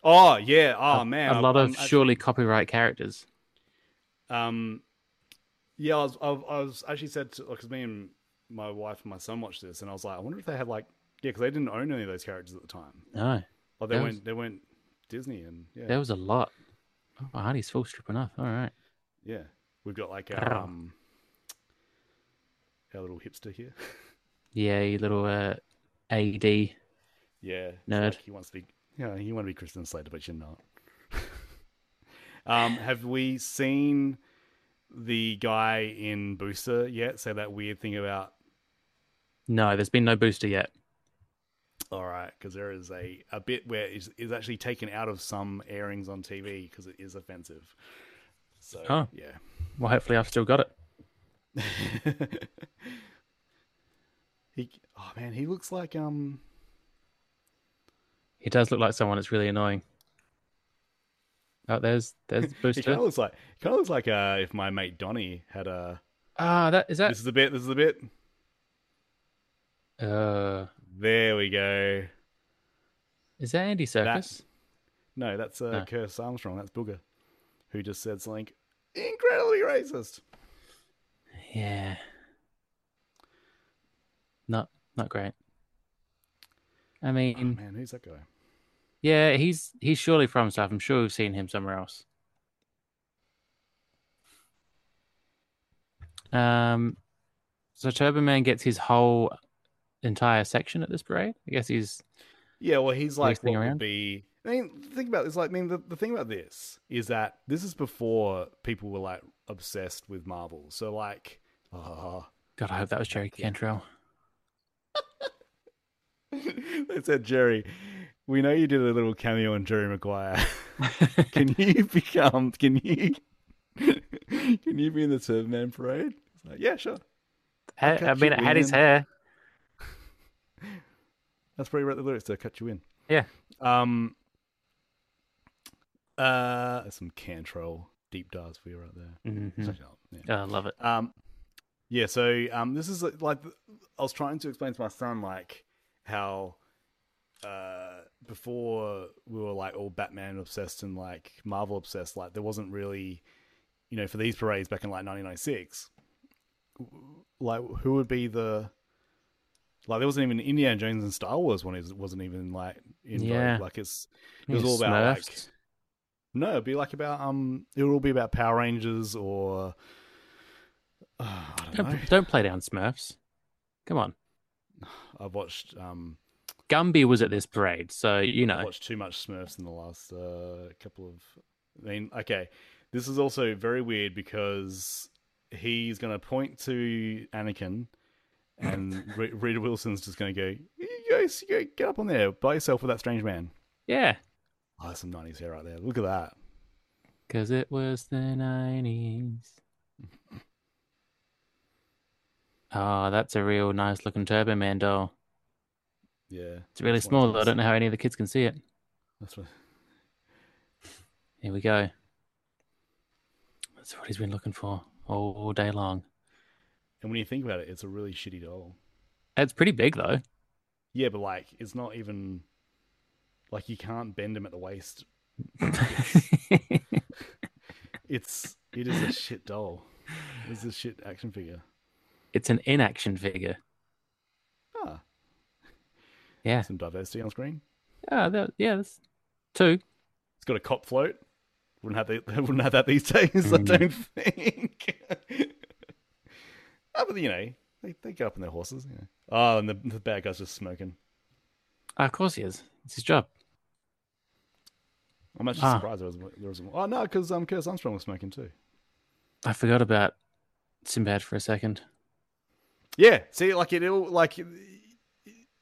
Speaker 1: oh yeah, oh
Speaker 2: a,
Speaker 1: man,
Speaker 2: a
Speaker 1: I-
Speaker 2: lot
Speaker 1: I'm
Speaker 2: of surely copyright characters.
Speaker 1: Um, yeah, I was, I, was- I was actually said because me and my wife and my son watched this, and I was like, I wonder if they had like yeah, because they didn't own any of those characters at the time.
Speaker 2: No,
Speaker 1: Like they
Speaker 2: That was-
Speaker 1: went, they went Disney, and yeah,
Speaker 2: there was a lot. Oh, Hardy's full strip enough. All right.
Speaker 1: yeah, we've got like our
Speaker 2: Ow.
Speaker 1: um, our little hipster here.
Speaker 2: Yeah, you little uh, AD.
Speaker 1: yeah, it's
Speaker 2: Nerd.
Speaker 1: like he wants to be, yeah, you want to be Kristen Slater, but you're not. um, have we seen the guy in Booster yet? Say that weird thing about
Speaker 2: No, there's been no booster yet.
Speaker 1: All right, because there is a, a bit where is is actually taken out of some airings on TV because it is offensive. So
Speaker 2: Oh.
Speaker 1: yeah,
Speaker 2: Well, hopefully I've still got it.
Speaker 1: he oh man, he looks like um
Speaker 2: He does look like someone that's really annoying. Oh, there's there's the
Speaker 1: he kind
Speaker 2: booster.
Speaker 1: of looks like kind of looks like uh if my mate Donnie had a
Speaker 2: Ah, that is that.
Speaker 1: this is the bit this is the bit
Speaker 2: Uh,
Speaker 1: there we go
Speaker 2: is that Andy Circus?
Speaker 1: no that's uh
Speaker 2: No.
Speaker 1: Curse Armstrong that's Booger who just said something incredibly racist
Speaker 2: Yeah. Not not great. I
Speaker 1: oh,
Speaker 2: mean,
Speaker 1: man who's that guy
Speaker 2: yeah, he's he's surely from South. I'm sure we've seen him somewhere else. Um, so Turbo Man gets his whole entire section at this parade. I guess he's
Speaker 1: Yeah, well, he's like
Speaker 2: thing
Speaker 1: what
Speaker 2: around?
Speaker 1: would be. I mean, think about this. Like, I mean, the, the thing about this is that this is before people were like obsessed with Marvel. So, like, ah,
Speaker 2: God. I hope that was Jerry Cantrell.
Speaker 1: they said, Jerry, we know you did a little cameo on Jerry Maguire. can you become? Can you? Can you be in the Turban Man Parade? It's like, yeah, sure.
Speaker 2: Ha- I
Speaker 1: catch
Speaker 2: mean,
Speaker 1: you
Speaker 2: it had his
Speaker 1: in.
Speaker 2: hair.
Speaker 1: That's probably wrote the lyrics to cut you in.
Speaker 2: Yeah.
Speaker 1: Um. Uh, some Cantrell deep dives for you right there.
Speaker 2: Mhm.
Speaker 1: Such a- yeah.
Speaker 2: Oh, I love it.
Speaker 1: Um, yeah. So um, this is like I was trying to explain to my son like how uh before we were like all Batman obsessed and like Marvel obsessed, like there wasn't really, you know, for these parades back in like 1996, like who would be the like there wasn't even Indiana Jones and Star Wars one is wasn't even like in vogue.
Speaker 2: Yeah.
Speaker 1: like it's it
Speaker 2: Yeah,
Speaker 1: was all about like
Speaker 2: Smurfs.
Speaker 1: no, it'd be like about um, it would all be about Power Rangers or uh, I don't know.
Speaker 2: Don't, don't play down Smurfs. Come on.
Speaker 1: I've watched um,
Speaker 2: Gumby was at this parade, so you
Speaker 1: I've
Speaker 2: know.
Speaker 1: watched too much Smurfs in the last uh, couple of. I mean, okay, this is also very weird because he's going to point to Anakin, and Re- Rita Wilson's just going to go, "You guys, you go, get up on there by yourself with that strange man."
Speaker 2: Yeah,
Speaker 1: Oh, that's some nineties hair right there. Look at that.
Speaker 2: because it was the 90s. Oh, that's a real nice looking Turbo Man doll.
Speaker 1: Yeah,
Speaker 2: It's really
Speaker 1: That's one
Speaker 2: small,
Speaker 1: of
Speaker 2: though. I
Speaker 1: those.
Speaker 2: don't know how any of the kids can see it.
Speaker 1: that's what.
Speaker 2: Here we go. That's what he's been looking for all, all day long.
Speaker 1: And when you think about it, it's a really shitty doll.
Speaker 2: It's pretty big, though.
Speaker 1: Yeah, but like it's not even like you can't bend him at the waist. It's it is a shit doll. It's a shit action figure.
Speaker 2: it's an inaction figure.
Speaker 1: Ah.
Speaker 2: Yeah.
Speaker 1: Some diversity on screen.
Speaker 2: Oh, that, yeah, that's two.
Speaker 1: It's got a cop float. Wouldn't have the, wouldn't have that these days,
Speaker 2: Mm.
Speaker 1: I don't think. Ah, but you know, they, they get up on their horses, you know. Oh, and the, the bad guy's just smoking.
Speaker 2: Ah, of course he is. It's his job.
Speaker 1: I'm actually
Speaker 2: Ah.
Speaker 1: surprised there was there was Oh no, because um Curtis Armstrong was smoking too.
Speaker 2: I forgot about Sinbad for a second.
Speaker 1: Yeah, see, like it all like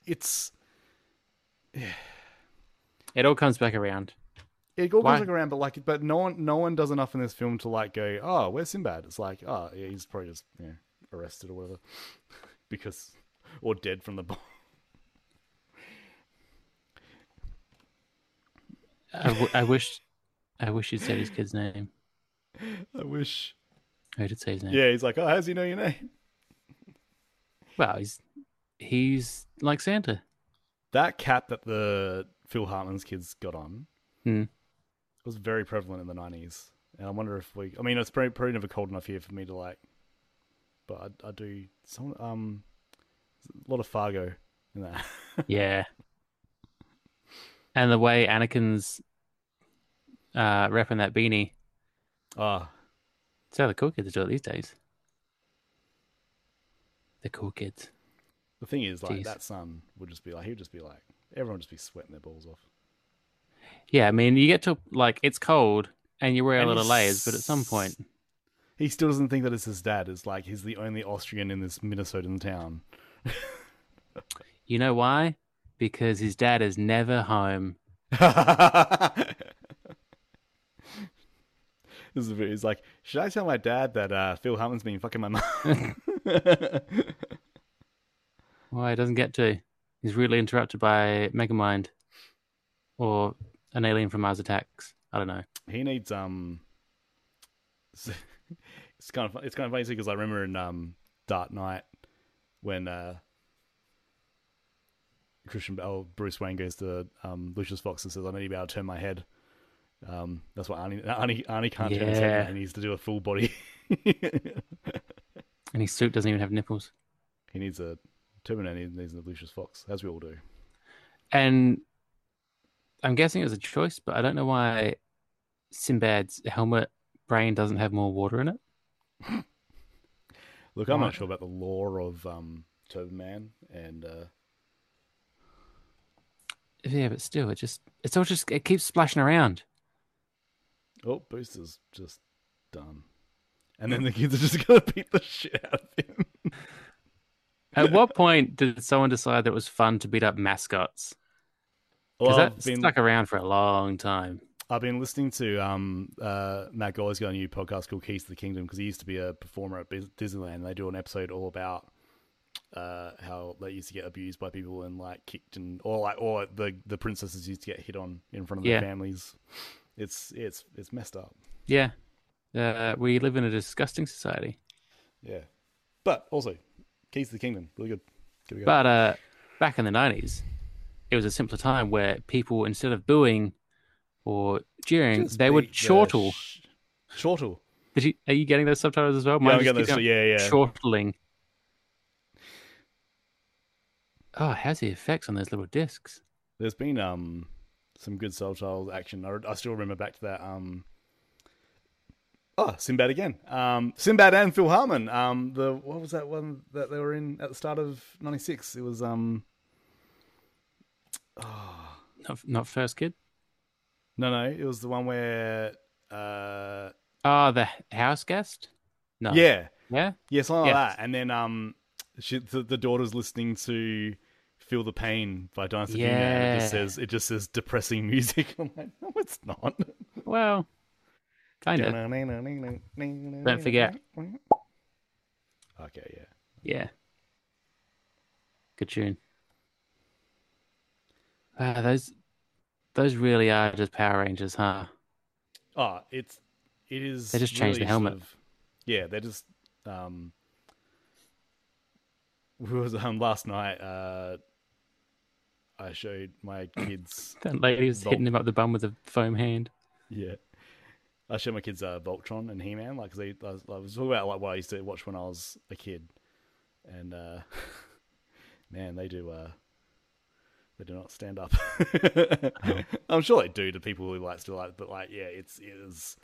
Speaker 1: it's
Speaker 2: It all comes back around.
Speaker 1: It all
Speaker 2: Why-
Speaker 1: comes back around, but like, but no one, no one does enough in this film to like go, oh, where's Sinbad? It's like, oh, yeah, he's probably just you know, arrested or whatever, because or dead from the bomb.
Speaker 2: I, w- I wish, I wish you'd said his kid's name.
Speaker 1: I wish.
Speaker 2: I did say his name.
Speaker 1: Yeah, he's like, oh, how's he know your name?
Speaker 2: Well, he's he's like Santa.
Speaker 1: That cap that the Phil Hartman's kids got on
Speaker 2: Hmm.
Speaker 1: was very prevalent in the nineties, and I wonder if we. I mean, it's probably, probably never cold enough here for me to like, but I, I do. Some, um, a lot of Fargo in that.
Speaker 2: Yeah. And the way Anakin's uh, wrapping that beanie.
Speaker 1: Ah,
Speaker 2: It's how the cool kids do it these days. The cool kids.
Speaker 1: The thing is, like
Speaker 2: Jeez.
Speaker 1: that son would just be like, he would just be like, everyone would just be sweating their balls off.
Speaker 2: Yeah, I mean, you get to like it's cold and you wear a
Speaker 1: And
Speaker 2: lot of
Speaker 1: he's-
Speaker 2: layers, but at some point,
Speaker 1: He still doesn't think that it's his dad. It's like he's the only Austrian in this Minnesotan town.
Speaker 2: you know why? Because his dad is never home.
Speaker 1: this is a bit- he's like, should I tell my dad that uh, Phil Hartman's been fucking my mom?
Speaker 2: Why he doesn't get to? He's really interrupted by Megamind or an alien from Mars Attacks. I don't know.
Speaker 1: he needs um. It's kind of fun- it's kind of funny because I remember in um Dark Knight when uh Christian Bell Bruce Wayne goes to um Lucius Fox and says I need to be able to turn my head. Um, that's what Arnie Arnie, Arnie can't turn his head.
Speaker 2: Yeah.
Speaker 1: He needs to do a full body.
Speaker 2: And his suit doesn't even have nipples.
Speaker 1: he needs a Terminator. He needs a Lucius Fox, as we all do.
Speaker 2: And I'm guessing it was a choice, but I don't know why Sinbad's helmet brain doesn't have more water in it.
Speaker 1: Look, I'm
Speaker 2: Right.
Speaker 1: not sure about the lore of um Turban Man and uh,
Speaker 2: Yeah, but still, it just it's all just it keeps splashing around.
Speaker 1: Oh, Booster's just done. And then the kids are just going to beat the shit out of him.
Speaker 2: At what point did someone decide that it was fun to beat up mascots? Because
Speaker 1: Well, I've
Speaker 2: that
Speaker 1: been,
Speaker 2: stuck around for a long time.
Speaker 1: I've been listening to um, uh, Matt Goy's got a new podcast called Keys to the Kingdom because he used to be a performer at Bis- Disneyland. And they do an episode all about uh, how they used to get abused by people and like kicked and or like or the the princesses used to get hit on in front of
Speaker 2: Yeah.
Speaker 1: their families. It's it's it's messed up.
Speaker 2: Yeah. Uh, we live in a disgusting society.
Speaker 1: Yeah, but also Keys to the Kingdom, really good. Give it a go.
Speaker 2: But uh, back in the 90s, it was a simpler time where people, instead of booing or cheering,
Speaker 1: Just
Speaker 2: they would
Speaker 1: beat the
Speaker 2: chortle.
Speaker 1: sh- chortle.
Speaker 2: Did you, are you getting those subtitles as well?
Speaker 1: Yeah,
Speaker 2: Mine
Speaker 1: I'm
Speaker 2: just
Speaker 1: getting
Speaker 2: keep
Speaker 1: those-
Speaker 2: going,
Speaker 1: yeah, yeah.
Speaker 2: Chortling. Oh, how's the effects on those little discs?
Speaker 1: There's been um some good Soul Child action. I, I still remember back to that um oh Sinbad again. Um Sinbad and Phil Harmon. Um the what was that one that they were in at the start of '96? It was um
Speaker 2: Not, not first kid.
Speaker 1: no no it was the one where uh
Speaker 2: Oh, the house guest. No.
Speaker 1: yeah
Speaker 2: Yeah.
Speaker 1: yeah something
Speaker 2: Yes.
Speaker 1: like that. And then um she, the, the daughter's listening to. Feel the pain by Dinosaur Jr. And it just
Speaker 2: Yeah.
Speaker 1: says it just says depressing music. I'm like, no, it's not.
Speaker 2: Well, kind of.
Speaker 1: Don't
Speaker 2: forget.
Speaker 1: Okay, yeah.
Speaker 2: Yeah. Good tune. Wow, those those really are just Power Rangers, huh?
Speaker 1: Oh, it's it is.
Speaker 2: They just changed the
Speaker 1: really
Speaker 2: helmet.
Speaker 1: sort of- yeah, they just. Um, we was um last night. Uh, I showed my kids.
Speaker 2: That lady was
Speaker 1: Vol-
Speaker 2: hitting him up the bum with a foam hand.
Speaker 1: yeah, I showed my kids uh, Voltron and He Man. Like 'cause they, I, was, I was talking about like what I used to watch when I was a kid, and uh, man, they do. Uh, they do not stand up. I'm sure they do to people who like still like, but like, yeah, it's it is.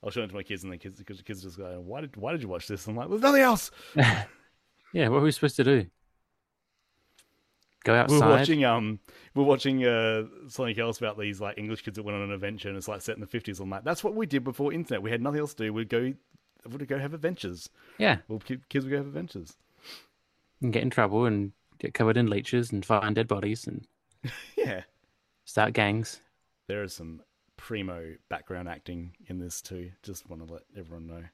Speaker 1: I was showing it to my kids, and the kids because the kids just go, "Why did why did you watch this?" I'm like, "There's nothing else."
Speaker 2: Yeah, what were we supposed to do? Go
Speaker 1: We
Speaker 2: outside.
Speaker 1: We're watching um, we we're watching uh something else about these like English kids that went on an adventure, and it's like set in the 50s. I'm like, that's what we did before internet. We had nothing else to do. We'd go, we'd go have adventures.
Speaker 2: Yeah,
Speaker 1: Well, ki- kids would go have adventures.
Speaker 2: and get in trouble and get covered in leeches and find dead bodies and
Speaker 1: Yeah,
Speaker 2: start gangs.
Speaker 1: there is some primo background acting in this too. Just want to let everyone know.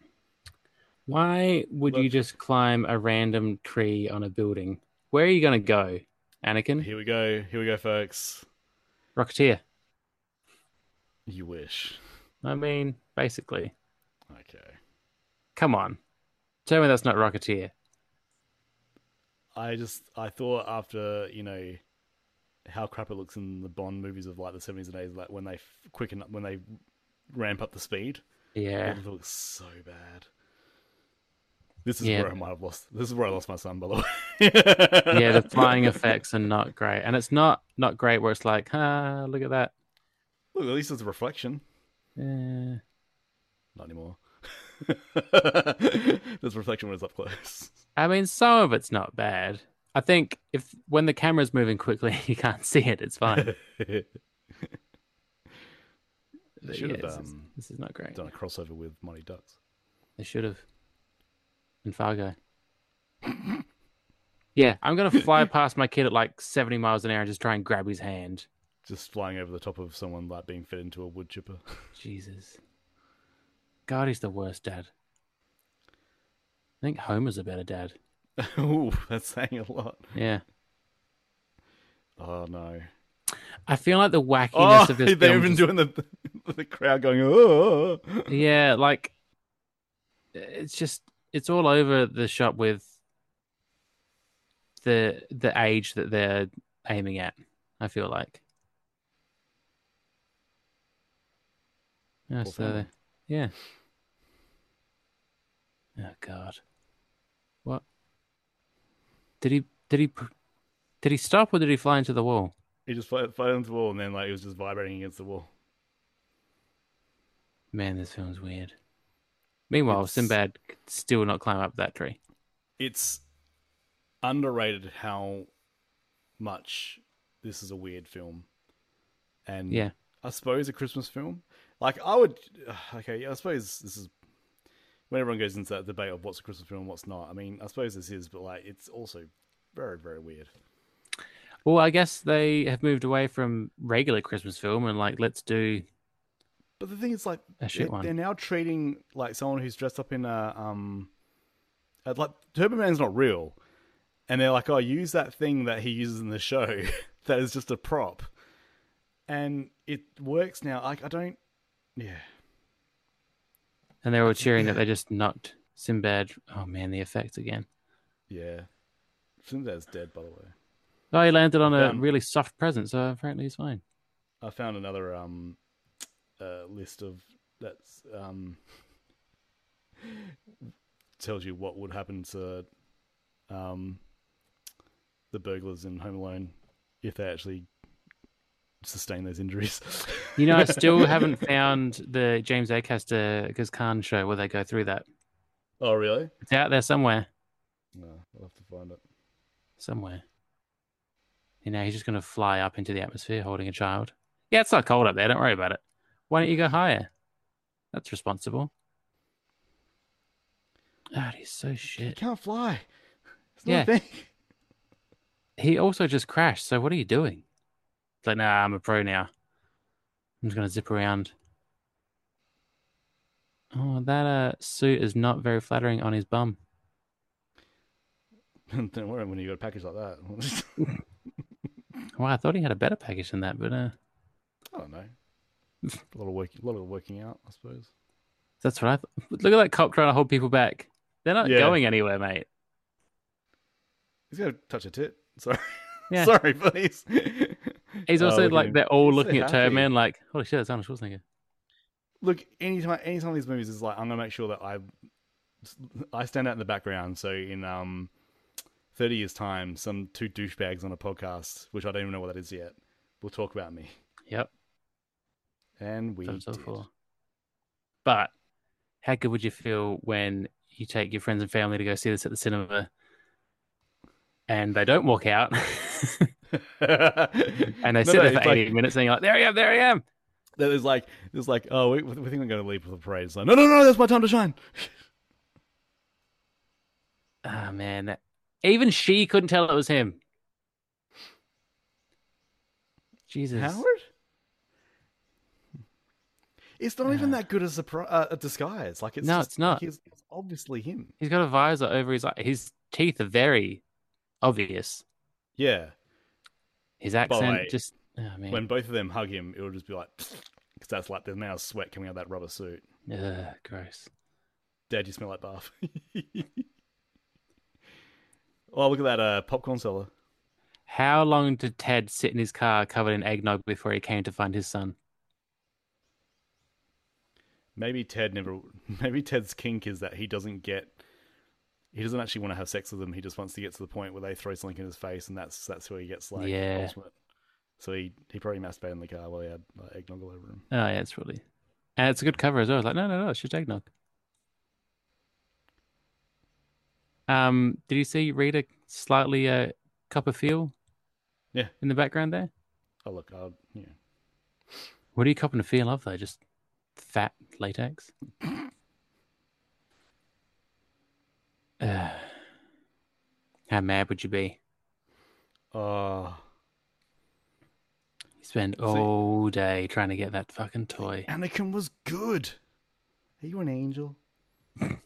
Speaker 2: Why would you
Speaker 1: Look.
Speaker 2: just climb a random tree on a building? Where are you going to go, Anakin?
Speaker 1: Here we go. Here we go, folks.
Speaker 2: Rocketeer.
Speaker 1: You wish.
Speaker 2: I mean, basically.
Speaker 1: Okay.
Speaker 2: Come on. Tell me that's not Rocketeer.
Speaker 1: I just I thought after you know how crap it looks in the Bond movies of like the seventies and eighties, like when they f- quicken up when they ramp up the speed,
Speaker 2: Yeah.
Speaker 1: it looks so bad. This is
Speaker 2: Yeah.
Speaker 1: where I might have lost. This is where I lost my son, by the way.
Speaker 2: Yeah, the flying effects are not great. And it's not not great where it's like, ah, look at that.
Speaker 1: Look, at least it's a reflection.
Speaker 2: Eh.
Speaker 1: Not anymore. There's a reflection when it's up close.
Speaker 2: I mean, some of it's not bad. I think if when the camera's moving quickly, you can't see it. It's fine. But
Speaker 1: should have,
Speaker 2: this, is,
Speaker 1: um,
Speaker 2: this is not great.
Speaker 1: Done a crossover with Monty Ducks.
Speaker 2: They should have. In Fargo. yeah, I'm gonna fly past my kid at like 70 miles an hour and just try and grab his hand.
Speaker 1: Just flying over the top of someone like being fed into a wood chipper.
Speaker 2: Jesus. God, he's the worst dad. I think Homer's a better dad.
Speaker 1: Ooh, that's saying a lot.
Speaker 2: Yeah.
Speaker 1: Oh no.
Speaker 2: I feel like the wackiness
Speaker 1: Oh,
Speaker 2: of this
Speaker 1: they're
Speaker 2: film.
Speaker 1: even
Speaker 2: just-
Speaker 1: doing the the crowd going. Oh,
Speaker 2: yeah, like it's just it's all over the shop with the the age that they're aiming at. I feel like. Yeah,
Speaker 1: Poor
Speaker 2: so
Speaker 1: family.
Speaker 2: uh, yeah. Oh God, what did he did he pr- did he stop or did he fly into the wall?
Speaker 1: he just flew flew into the wall, and then like it was just vibrating against the wall.
Speaker 2: Man, this film's weird. Meanwhile,
Speaker 1: It's-
Speaker 2: Sinbad could still not climb up that tree.
Speaker 1: It's underrated how much this is a weird film, and
Speaker 2: Yeah.
Speaker 1: I suppose a Christmas film. Like I would, okay, I suppose this is when everyone goes into that debate of what's a Christmas film, and what's not. I mean, I suppose this is, but like it's also very, very weird.
Speaker 2: Well, I guess they have moved away from regular Christmas film and like let's do
Speaker 1: But the thing is, like,
Speaker 2: A shit
Speaker 1: they're,
Speaker 2: one.
Speaker 1: they're now treating like someone who's dressed up in a um, uh, like Turbo Man's not real, and they're like, "Oh, use that thing that he uses in the show that is just a prop," and it works now. Like, I don't, yeah,
Speaker 2: and they were cheering that they just knocked Sinbad. Oh man, the effects again.
Speaker 1: yeah. Sinbad's dead, by the way.
Speaker 2: Oh, he landed on a
Speaker 1: Um,
Speaker 2: really soft present, so apparently he's fine.
Speaker 1: I found another um, uh, list of that's um, tells you what would happen to um, the burglars in Home Alone if they actually sustain those injuries.
Speaker 2: You know, I still haven't found the James Acaster Gaz Khan show where they go through that.
Speaker 1: oh, really?
Speaker 2: It's out there somewhere.
Speaker 1: No, I'll have to find it.
Speaker 2: Somewhere. You know, he's just going to fly up into the atmosphere holding a child. Yeah, it's not cold up there. Don't worry about it. Why don't you go higher? That's responsible. God, he's so
Speaker 1: He
Speaker 2: shit.
Speaker 1: can't fly. It's not
Speaker 2: Yeah.
Speaker 1: a thing.
Speaker 2: He also just crashed. So what are you doing? It's like, nah, I'm a pro now. I'm just going to zip around. Oh, that uh, suit is not very flattering on his bum.
Speaker 1: Don't worry when you got a package like that.
Speaker 2: Well, I thought he had a better package than that, but uh,
Speaker 1: I don't know. A lot of work, a lot of working out, I suppose.
Speaker 2: that's what I thought. Look at that cop trying to hold people back. They're not
Speaker 1: Yeah.
Speaker 2: going anywhere, mate.
Speaker 1: He's gonna touch a tit. Sorry.
Speaker 2: Yeah.
Speaker 1: Sorry, please.
Speaker 2: He's
Speaker 1: Oh,
Speaker 2: also
Speaker 1: look at
Speaker 2: like
Speaker 1: him.
Speaker 2: they're all
Speaker 1: He's so
Speaker 2: looking at
Speaker 1: happy.
Speaker 2: Turman like, holy shit, that's Arnold Schwarzenegger.
Speaker 1: Look, anytime, anytime these movies is like, I'm gonna make sure that I, I stand out in the background. So in um, thirty years time, some two douchebags on a podcast, which I don't even know what that is yet, will talk about me,
Speaker 2: Yep,
Speaker 1: and we
Speaker 2: so and so
Speaker 1: did.
Speaker 2: forth. But how good would you feel when you take your friends and family to go see this at the cinema, and they don't walk out, and they
Speaker 1: No,
Speaker 2: sit
Speaker 1: no,
Speaker 2: there for
Speaker 1: it's
Speaker 2: eighty
Speaker 1: like,
Speaker 2: minutes, and you're like, there I am, there I am.
Speaker 1: there's like, there's like, oh, we, we think I'm gonna leave with the parade. It's like, no, no, no, that's my time to shine.
Speaker 2: Oh man, that- even she couldn't tell it was him. Jesus,
Speaker 1: Howard? It's not even that good a, surpri- uh, a disguise. Like it's
Speaker 2: No,
Speaker 1: just,
Speaker 2: it's not.
Speaker 1: like, it's, it's obviously him.
Speaker 2: He's got a visor over his eye. His teeth are very obvious.
Speaker 1: Yeah.
Speaker 2: His
Speaker 1: the
Speaker 2: accent
Speaker 1: way,
Speaker 2: just. Oh, man.
Speaker 1: When both of them hug him, it'll just be like, because that's like there's now sweat coming out of that rubber suit.
Speaker 2: Ugh, gross.
Speaker 1: Dad, you smell like bath. oh, look at that uh, popcorn seller.
Speaker 2: How long did Ted sit in his car covered in eggnog before he came to find his son?
Speaker 1: Maybe Ted never. Maybe Ted's kink is that he doesn't get. He doesn't actually want to have sex with them. He just wants to get to the point where they throw something in his face, and that's that's where he gets like
Speaker 2: Yeah.
Speaker 1: ultimate. So he he probably masturbated in the car while he had like, eggnog all over him.
Speaker 2: Oh, yeah, it's really. And it's a good cover as well. It's like, no, no, no, it's just eggnog. Um, did you see Rita slightly uh, cup of feel?
Speaker 1: Yeah.
Speaker 2: In the background there?
Speaker 1: Oh look, I'll, yeah.
Speaker 2: What are you cupping a feel of though? Just fat latex? Ugh. how mad would you be?
Speaker 1: Oh,
Speaker 2: You spend all day trying to get that fucking toy.
Speaker 1: Anakin was good. Are you an angel?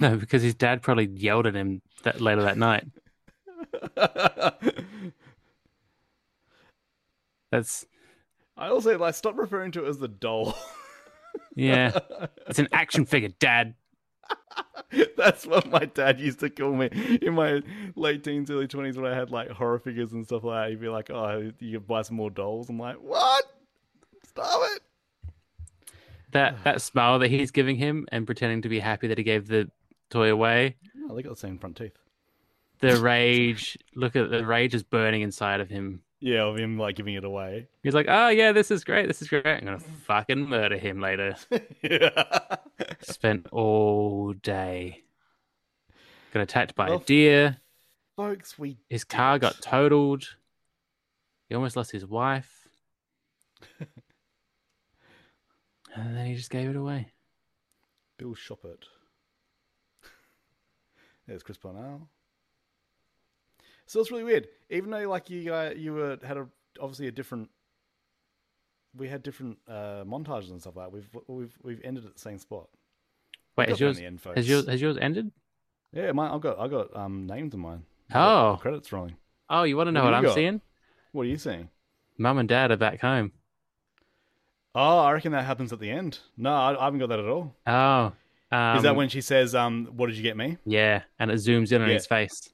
Speaker 2: No, because his dad probably yelled at him that later that night. That's
Speaker 1: I also like stop referring to it as the doll.
Speaker 2: yeah. It's an action figure, Dad.
Speaker 1: That's what my dad used to call me in my late teens, early twenties when I had like horror figures and stuff like that. He'd be like, "Oh, you could buy some more dolls." I'm like, "What? Stop it!"
Speaker 2: That that smile that he's giving him and pretending to be happy that he gave the toy away.
Speaker 1: Oh, they got the same front teeth.
Speaker 2: The rage. Look at the rage is burning inside of him.
Speaker 1: Yeah, of him like giving it away.
Speaker 2: He's like, oh yeah, this is great, this is great. I'm gonna fucking murder him later.
Speaker 1: yeah.
Speaker 2: Spent all day. Got attacked by
Speaker 1: Well,
Speaker 2: a deer.
Speaker 1: Folks, we
Speaker 2: His car got totaled. He almost lost his wife. and then he just gave it away.
Speaker 1: Bill Shoppert. There's Chris Parnell. So it's really weird. Even though like you uh, you were had a obviously a different we had different uh, montages and stuff like that. We've we've we've ended at the same spot.
Speaker 2: Wait,
Speaker 1: Got
Speaker 2: has
Speaker 1: there in
Speaker 2: yours,
Speaker 1: the end, folks.
Speaker 2: has yours has yours ended?
Speaker 1: Yeah, mine, I've got I got um names in mine. I've got
Speaker 2: Oh,
Speaker 1: credits rolling.
Speaker 2: oh, you want to know
Speaker 1: What do
Speaker 2: what,
Speaker 1: you
Speaker 2: I'm
Speaker 1: got?
Speaker 2: seeing?
Speaker 1: What are you saying?
Speaker 2: Mum and Dad are back home.
Speaker 1: Oh, I reckon that happens at the end. No, I, I haven't got that at all.
Speaker 2: Oh, um,
Speaker 1: Is that when she says, "Um, what did you get me?"
Speaker 2: Yeah, and it zooms in on
Speaker 1: Yeah.
Speaker 2: his face.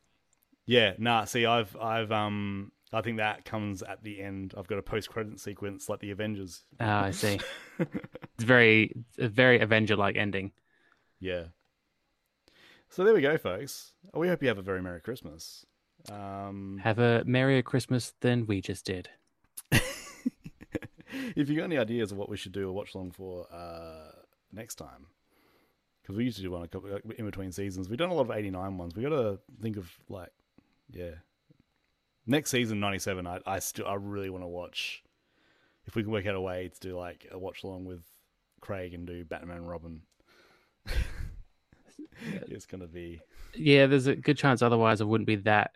Speaker 1: Yeah, nah. See, I've, I've, um, I think that comes at the end. I've got a post-credit sequence like the Avengers.
Speaker 2: Oh, I see. it's very, it's a very Avenger-like ending.
Speaker 1: Yeah. So there we go, folks. We hope you have a very merry Christmas. Um,
Speaker 2: Have a merrier Christmas than we just did.
Speaker 1: if you got any ideas of what we should do or watch along for uh, next time, because we used to do one a couple like, in between seasons. We've done a lot of '89 ones. We got to think of like, yeah, next season '97. I I still I really want to watch. If we can work out a way to do like a watch along with Craig and do Batman and Robin, it's gonna be.
Speaker 2: Yeah, there's a good chance. Otherwise, I wouldn't be that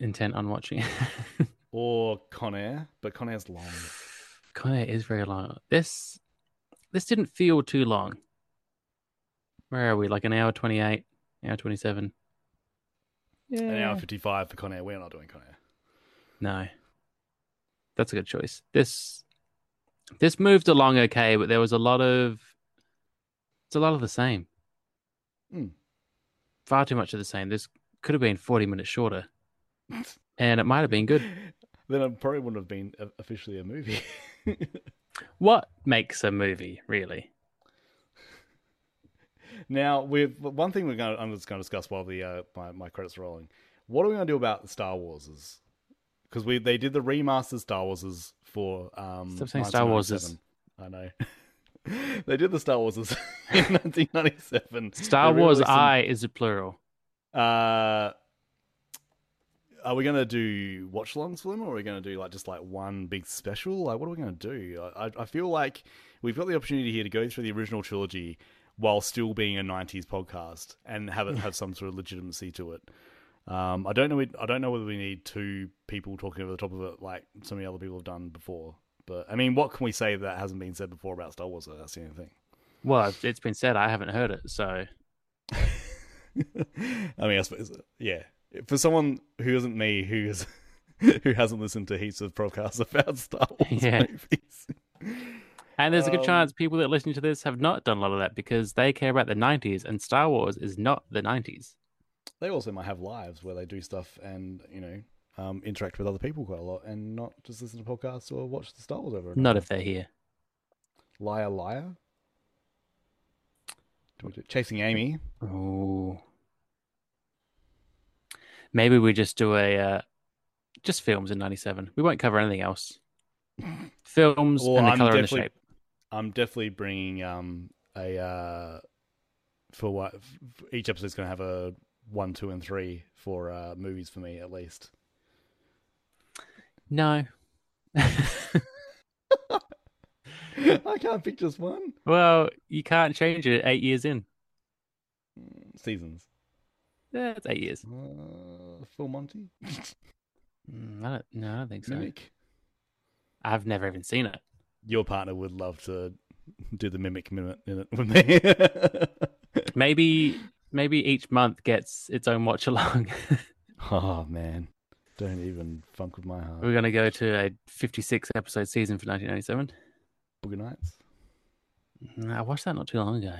Speaker 2: intent on watching it.
Speaker 1: Or Con Air, but Con Air's long.
Speaker 2: Con Air is very long. This, this didn't feel too long. Where are we? Like an hour twenty-eight, hour twenty-seven. Yeah.
Speaker 1: An hour fifty-five for Con Air. We're not doing Con Air.
Speaker 2: No. That's a good choice. This this moved along okay, but there was a lot of it's a lot of the same.
Speaker 1: Hmm.
Speaker 2: Far too much of the same. This could have been 40 minutes shorter. and it might have been good.
Speaker 1: Then it probably wouldn't have been o- officially a movie.
Speaker 2: What makes a movie, really?
Speaker 1: Now, we've one thing we're going. To, I'm just going to discuss while the uh, my my credits are rolling. What are we going to do about the Star Warses? Because we they did the remastered Star Warses for um.
Speaker 2: Stop saying Star Warses.
Speaker 1: 1997. I know. they did the Star Warses in 1997.
Speaker 2: Star
Speaker 1: They
Speaker 2: Wars
Speaker 1: re-released them-
Speaker 2: I is a plural.
Speaker 1: Uh, are we going to do watch alongs for them, or are we going to do like just like one big special? Like, what are we going to do? I, I- I feel like we've got the opportunity here to go through the original trilogy while still being a '90s podcast and have it have some sort of legitimacy to it. Um, I don't know. I don't know whether we need two people talking over the top of it like so many other people have done before. But I mean, what can we say that hasn't been said before about Star Wars? though? That's the only thing.
Speaker 2: Well, it's been said I haven't heard it, so
Speaker 1: I mean, I suppose, yeah. For someone who isn't me, who is who hasn't listened to heaps of podcasts about Star Wars
Speaker 2: Yeah.
Speaker 1: movies,
Speaker 2: and there's a good
Speaker 1: Um,
Speaker 2: chance people that listen to this have not done a lot of that because they care about the 90s and Star Wars is not the 90s.
Speaker 1: they also might have lives where they do stuff and you know um, interact with other people quite a lot, and not just listen to podcasts or watch the Star Wars over and
Speaker 2: Not
Speaker 1: over.
Speaker 2: if they're here.
Speaker 1: liar liar. Do we do- Chasing Amy.
Speaker 2: Oh. Maybe we just do a uh, just films in '97. We won't cover anything else. Films
Speaker 1: Well,
Speaker 2: and the
Speaker 1: I'm
Speaker 2: color and the
Speaker 1: definitely-
Speaker 2: shape.
Speaker 1: I'm definitely bringing um a uh for what f- each episode's going to have a one, two, and three for uh movies for me at least.
Speaker 2: No.
Speaker 1: I can't pick just one.
Speaker 2: well, you can't change it eight years in.
Speaker 1: Seasons.
Speaker 2: Yeah, it's eight years.
Speaker 1: Uh, Full Monty.
Speaker 2: Mm, I don't, no, I don't think so.
Speaker 1: Mimic.
Speaker 2: I've never even seen it.
Speaker 1: Your partner would love to do the mimic minute in it with me.
Speaker 2: Maybe, maybe each month gets its own watch along.
Speaker 1: oh man, don't even funk with my heart.
Speaker 2: We're gonna go to a 56 episode season for 1997.
Speaker 1: Booger Nights.
Speaker 2: Mm, I watched that not too long ago.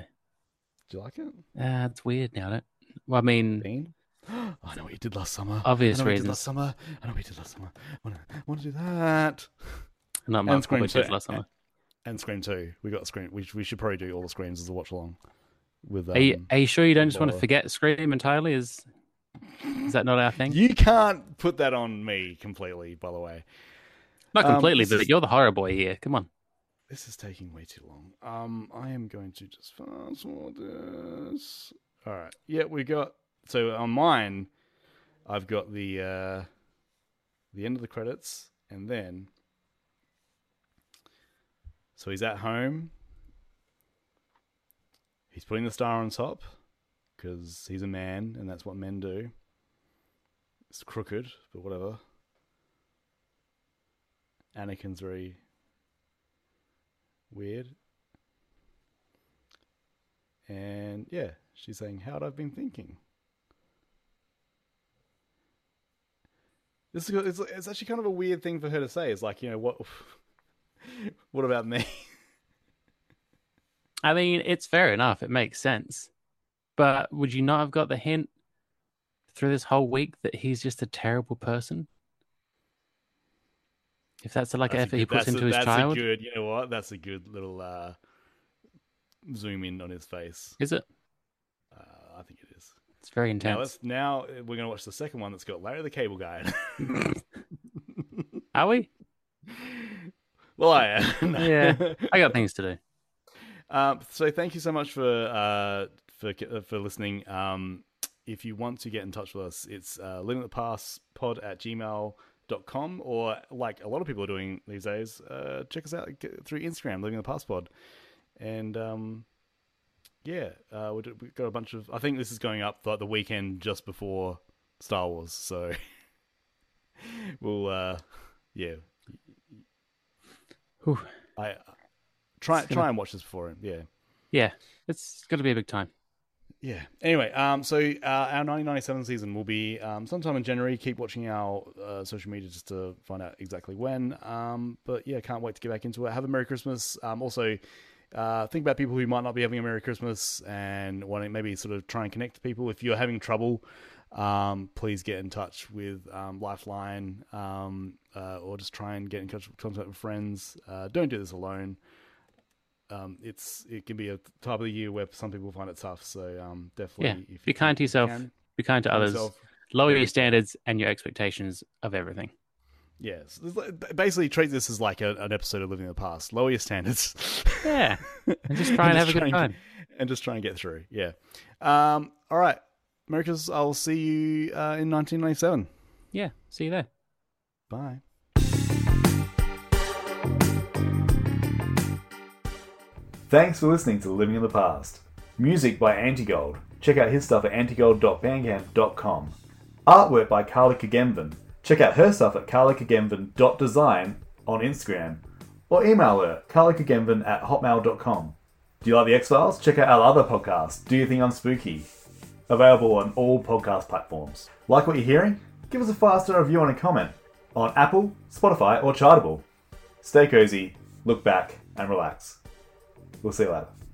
Speaker 1: Do you like it?
Speaker 2: Uh, it's weird now. I don't. Well, I mean,
Speaker 1: Bean. I know what you did last summer.
Speaker 2: Obvious
Speaker 1: I know what you did
Speaker 2: reasons.
Speaker 1: last summer. I know what you did last summer. I want to, want to do that.
Speaker 2: not much.
Speaker 1: Scream
Speaker 2: Probably did
Speaker 1: two.
Speaker 2: last summer.
Speaker 1: And Scream Two. We got Scream. We, sh- we should probably do all the screams as a watch along. With um,
Speaker 2: Are you, are you sure you don't just want to
Speaker 1: Bola.
Speaker 2: forget Scream entirely? Is is that not our thing?
Speaker 1: You can't put that on me completely, by the way.
Speaker 2: not
Speaker 1: um,
Speaker 2: completely,
Speaker 1: this
Speaker 2: but
Speaker 1: is-
Speaker 2: you're the horror boy here. Come on.
Speaker 1: This is taking way too long. Um, I am going to just fast forward this. All right. Yeah, we got. So on mine, I've got the uh, the end of the credits, and then. So he's at home. He's putting the star on top, because he's a man, and that's what men do. It's crooked, but whatever. Anakin's very weird. And yeah, she's saying, How'd I've been thinking? This is, it's, it's actually kind of a weird thing for her to say. It's like, you know, what what about me?
Speaker 2: I mean, it's fair enough. It makes sense. But would you not have got the hint through this whole week that he's just a terrible person? If that's the like
Speaker 1: That's a
Speaker 2: effort he
Speaker 1: good-
Speaker 2: puts
Speaker 1: that's a-
Speaker 2: into his
Speaker 1: that's
Speaker 2: child,
Speaker 1: A good, you know what? That's a good little uh, zoom in on his face.
Speaker 2: is it?
Speaker 1: Uh, I think it is.
Speaker 2: It's very
Speaker 1: Now,
Speaker 2: intense.
Speaker 1: let's, now uh, we're gonna watch the second one that's got Larry the Cable Guy. in it.
Speaker 2: Are we?
Speaker 1: well, I am. No.
Speaker 2: Yeah. I got things to do.
Speaker 1: Um, so thank you so much for uh, for uh, for listening. Um, if you want to get in touch with us, it's uh, limitthepasspod at gmail.com or like a lot of people are doing these days, uh, check us out g- through Instagram, Living the Passpod. And um, yeah, uh, we d- we got a bunch of. I think this is going up like the weekend just before Star Wars, so we'll uh, yeah.
Speaker 2: Whew.
Speaker 1: I try
Speaker 2: It's gonna-
Speaker 1: try and watch this before him. Yeah.
Speaker 2: Yeah, it's got to be a big time.
Speaker 1: Yeah. Anyway, um, so uh, our 1997 season will be um, sometime in January. Keep watching our uh, social media just to find out exactly when. Um, but yeah, can't wait to get back into it. Have a Merry Christmas. Um, also, uh, think about people who might not be having a Merry Christmas and want to maybe sort of try and connect to people. If you're having trouble, um, please get in touch with um, Lifeline um, uh, or just try and get in touch, contact with friends. Uh, don't do this alone um, it's it can be a type of the year where some people find it tough. So um,
Speaker 2: Yeah,
Speaker 1: definitely, if
Speaker 2: be
Speaker 1: you
Speaker 2: kind to
Speaker 1: can-
Speaker 2: yourself.
Speaker 1: can,
Speaker 2: Be kind to
Speaker 1: kind
Speaker 2: others.
Speaker 1: yourself.
Speaker 2: Lower your standards and your expectations of everything.
Speaker 1: Yes, It's like- ba- basically treat this as like a, an episode of Living in the Past. Lower your standards.
Speaker 2: Yeah, and just try and have a
Speaker 1: just
Speaker 2: good time.
Speaker 1: and just try and get through. Yeah. Um, all right, Americas. I'll see you uh, in 1997.
Speaker 2: Yeah, see you there.
Speaker 1: Bye. Thanks for listening to Living in the Past. Music by Antigold. Check out his stuff at antigold.bandcamp.com. Artwork by Carla Kagemvan. Check out her stuff at carlakagemvan.design on Instagram or email her carlakagemvan at hotmail.com. Do you like The X Files? Check out our other podcast, Do You Think I'm Spooky? Available on all podcast platforms. Like what you're hearing? Give us a five star review and a comment on Apple, Spotify, or Chartable. Stay cozy, look back, and relax. We'll see you later.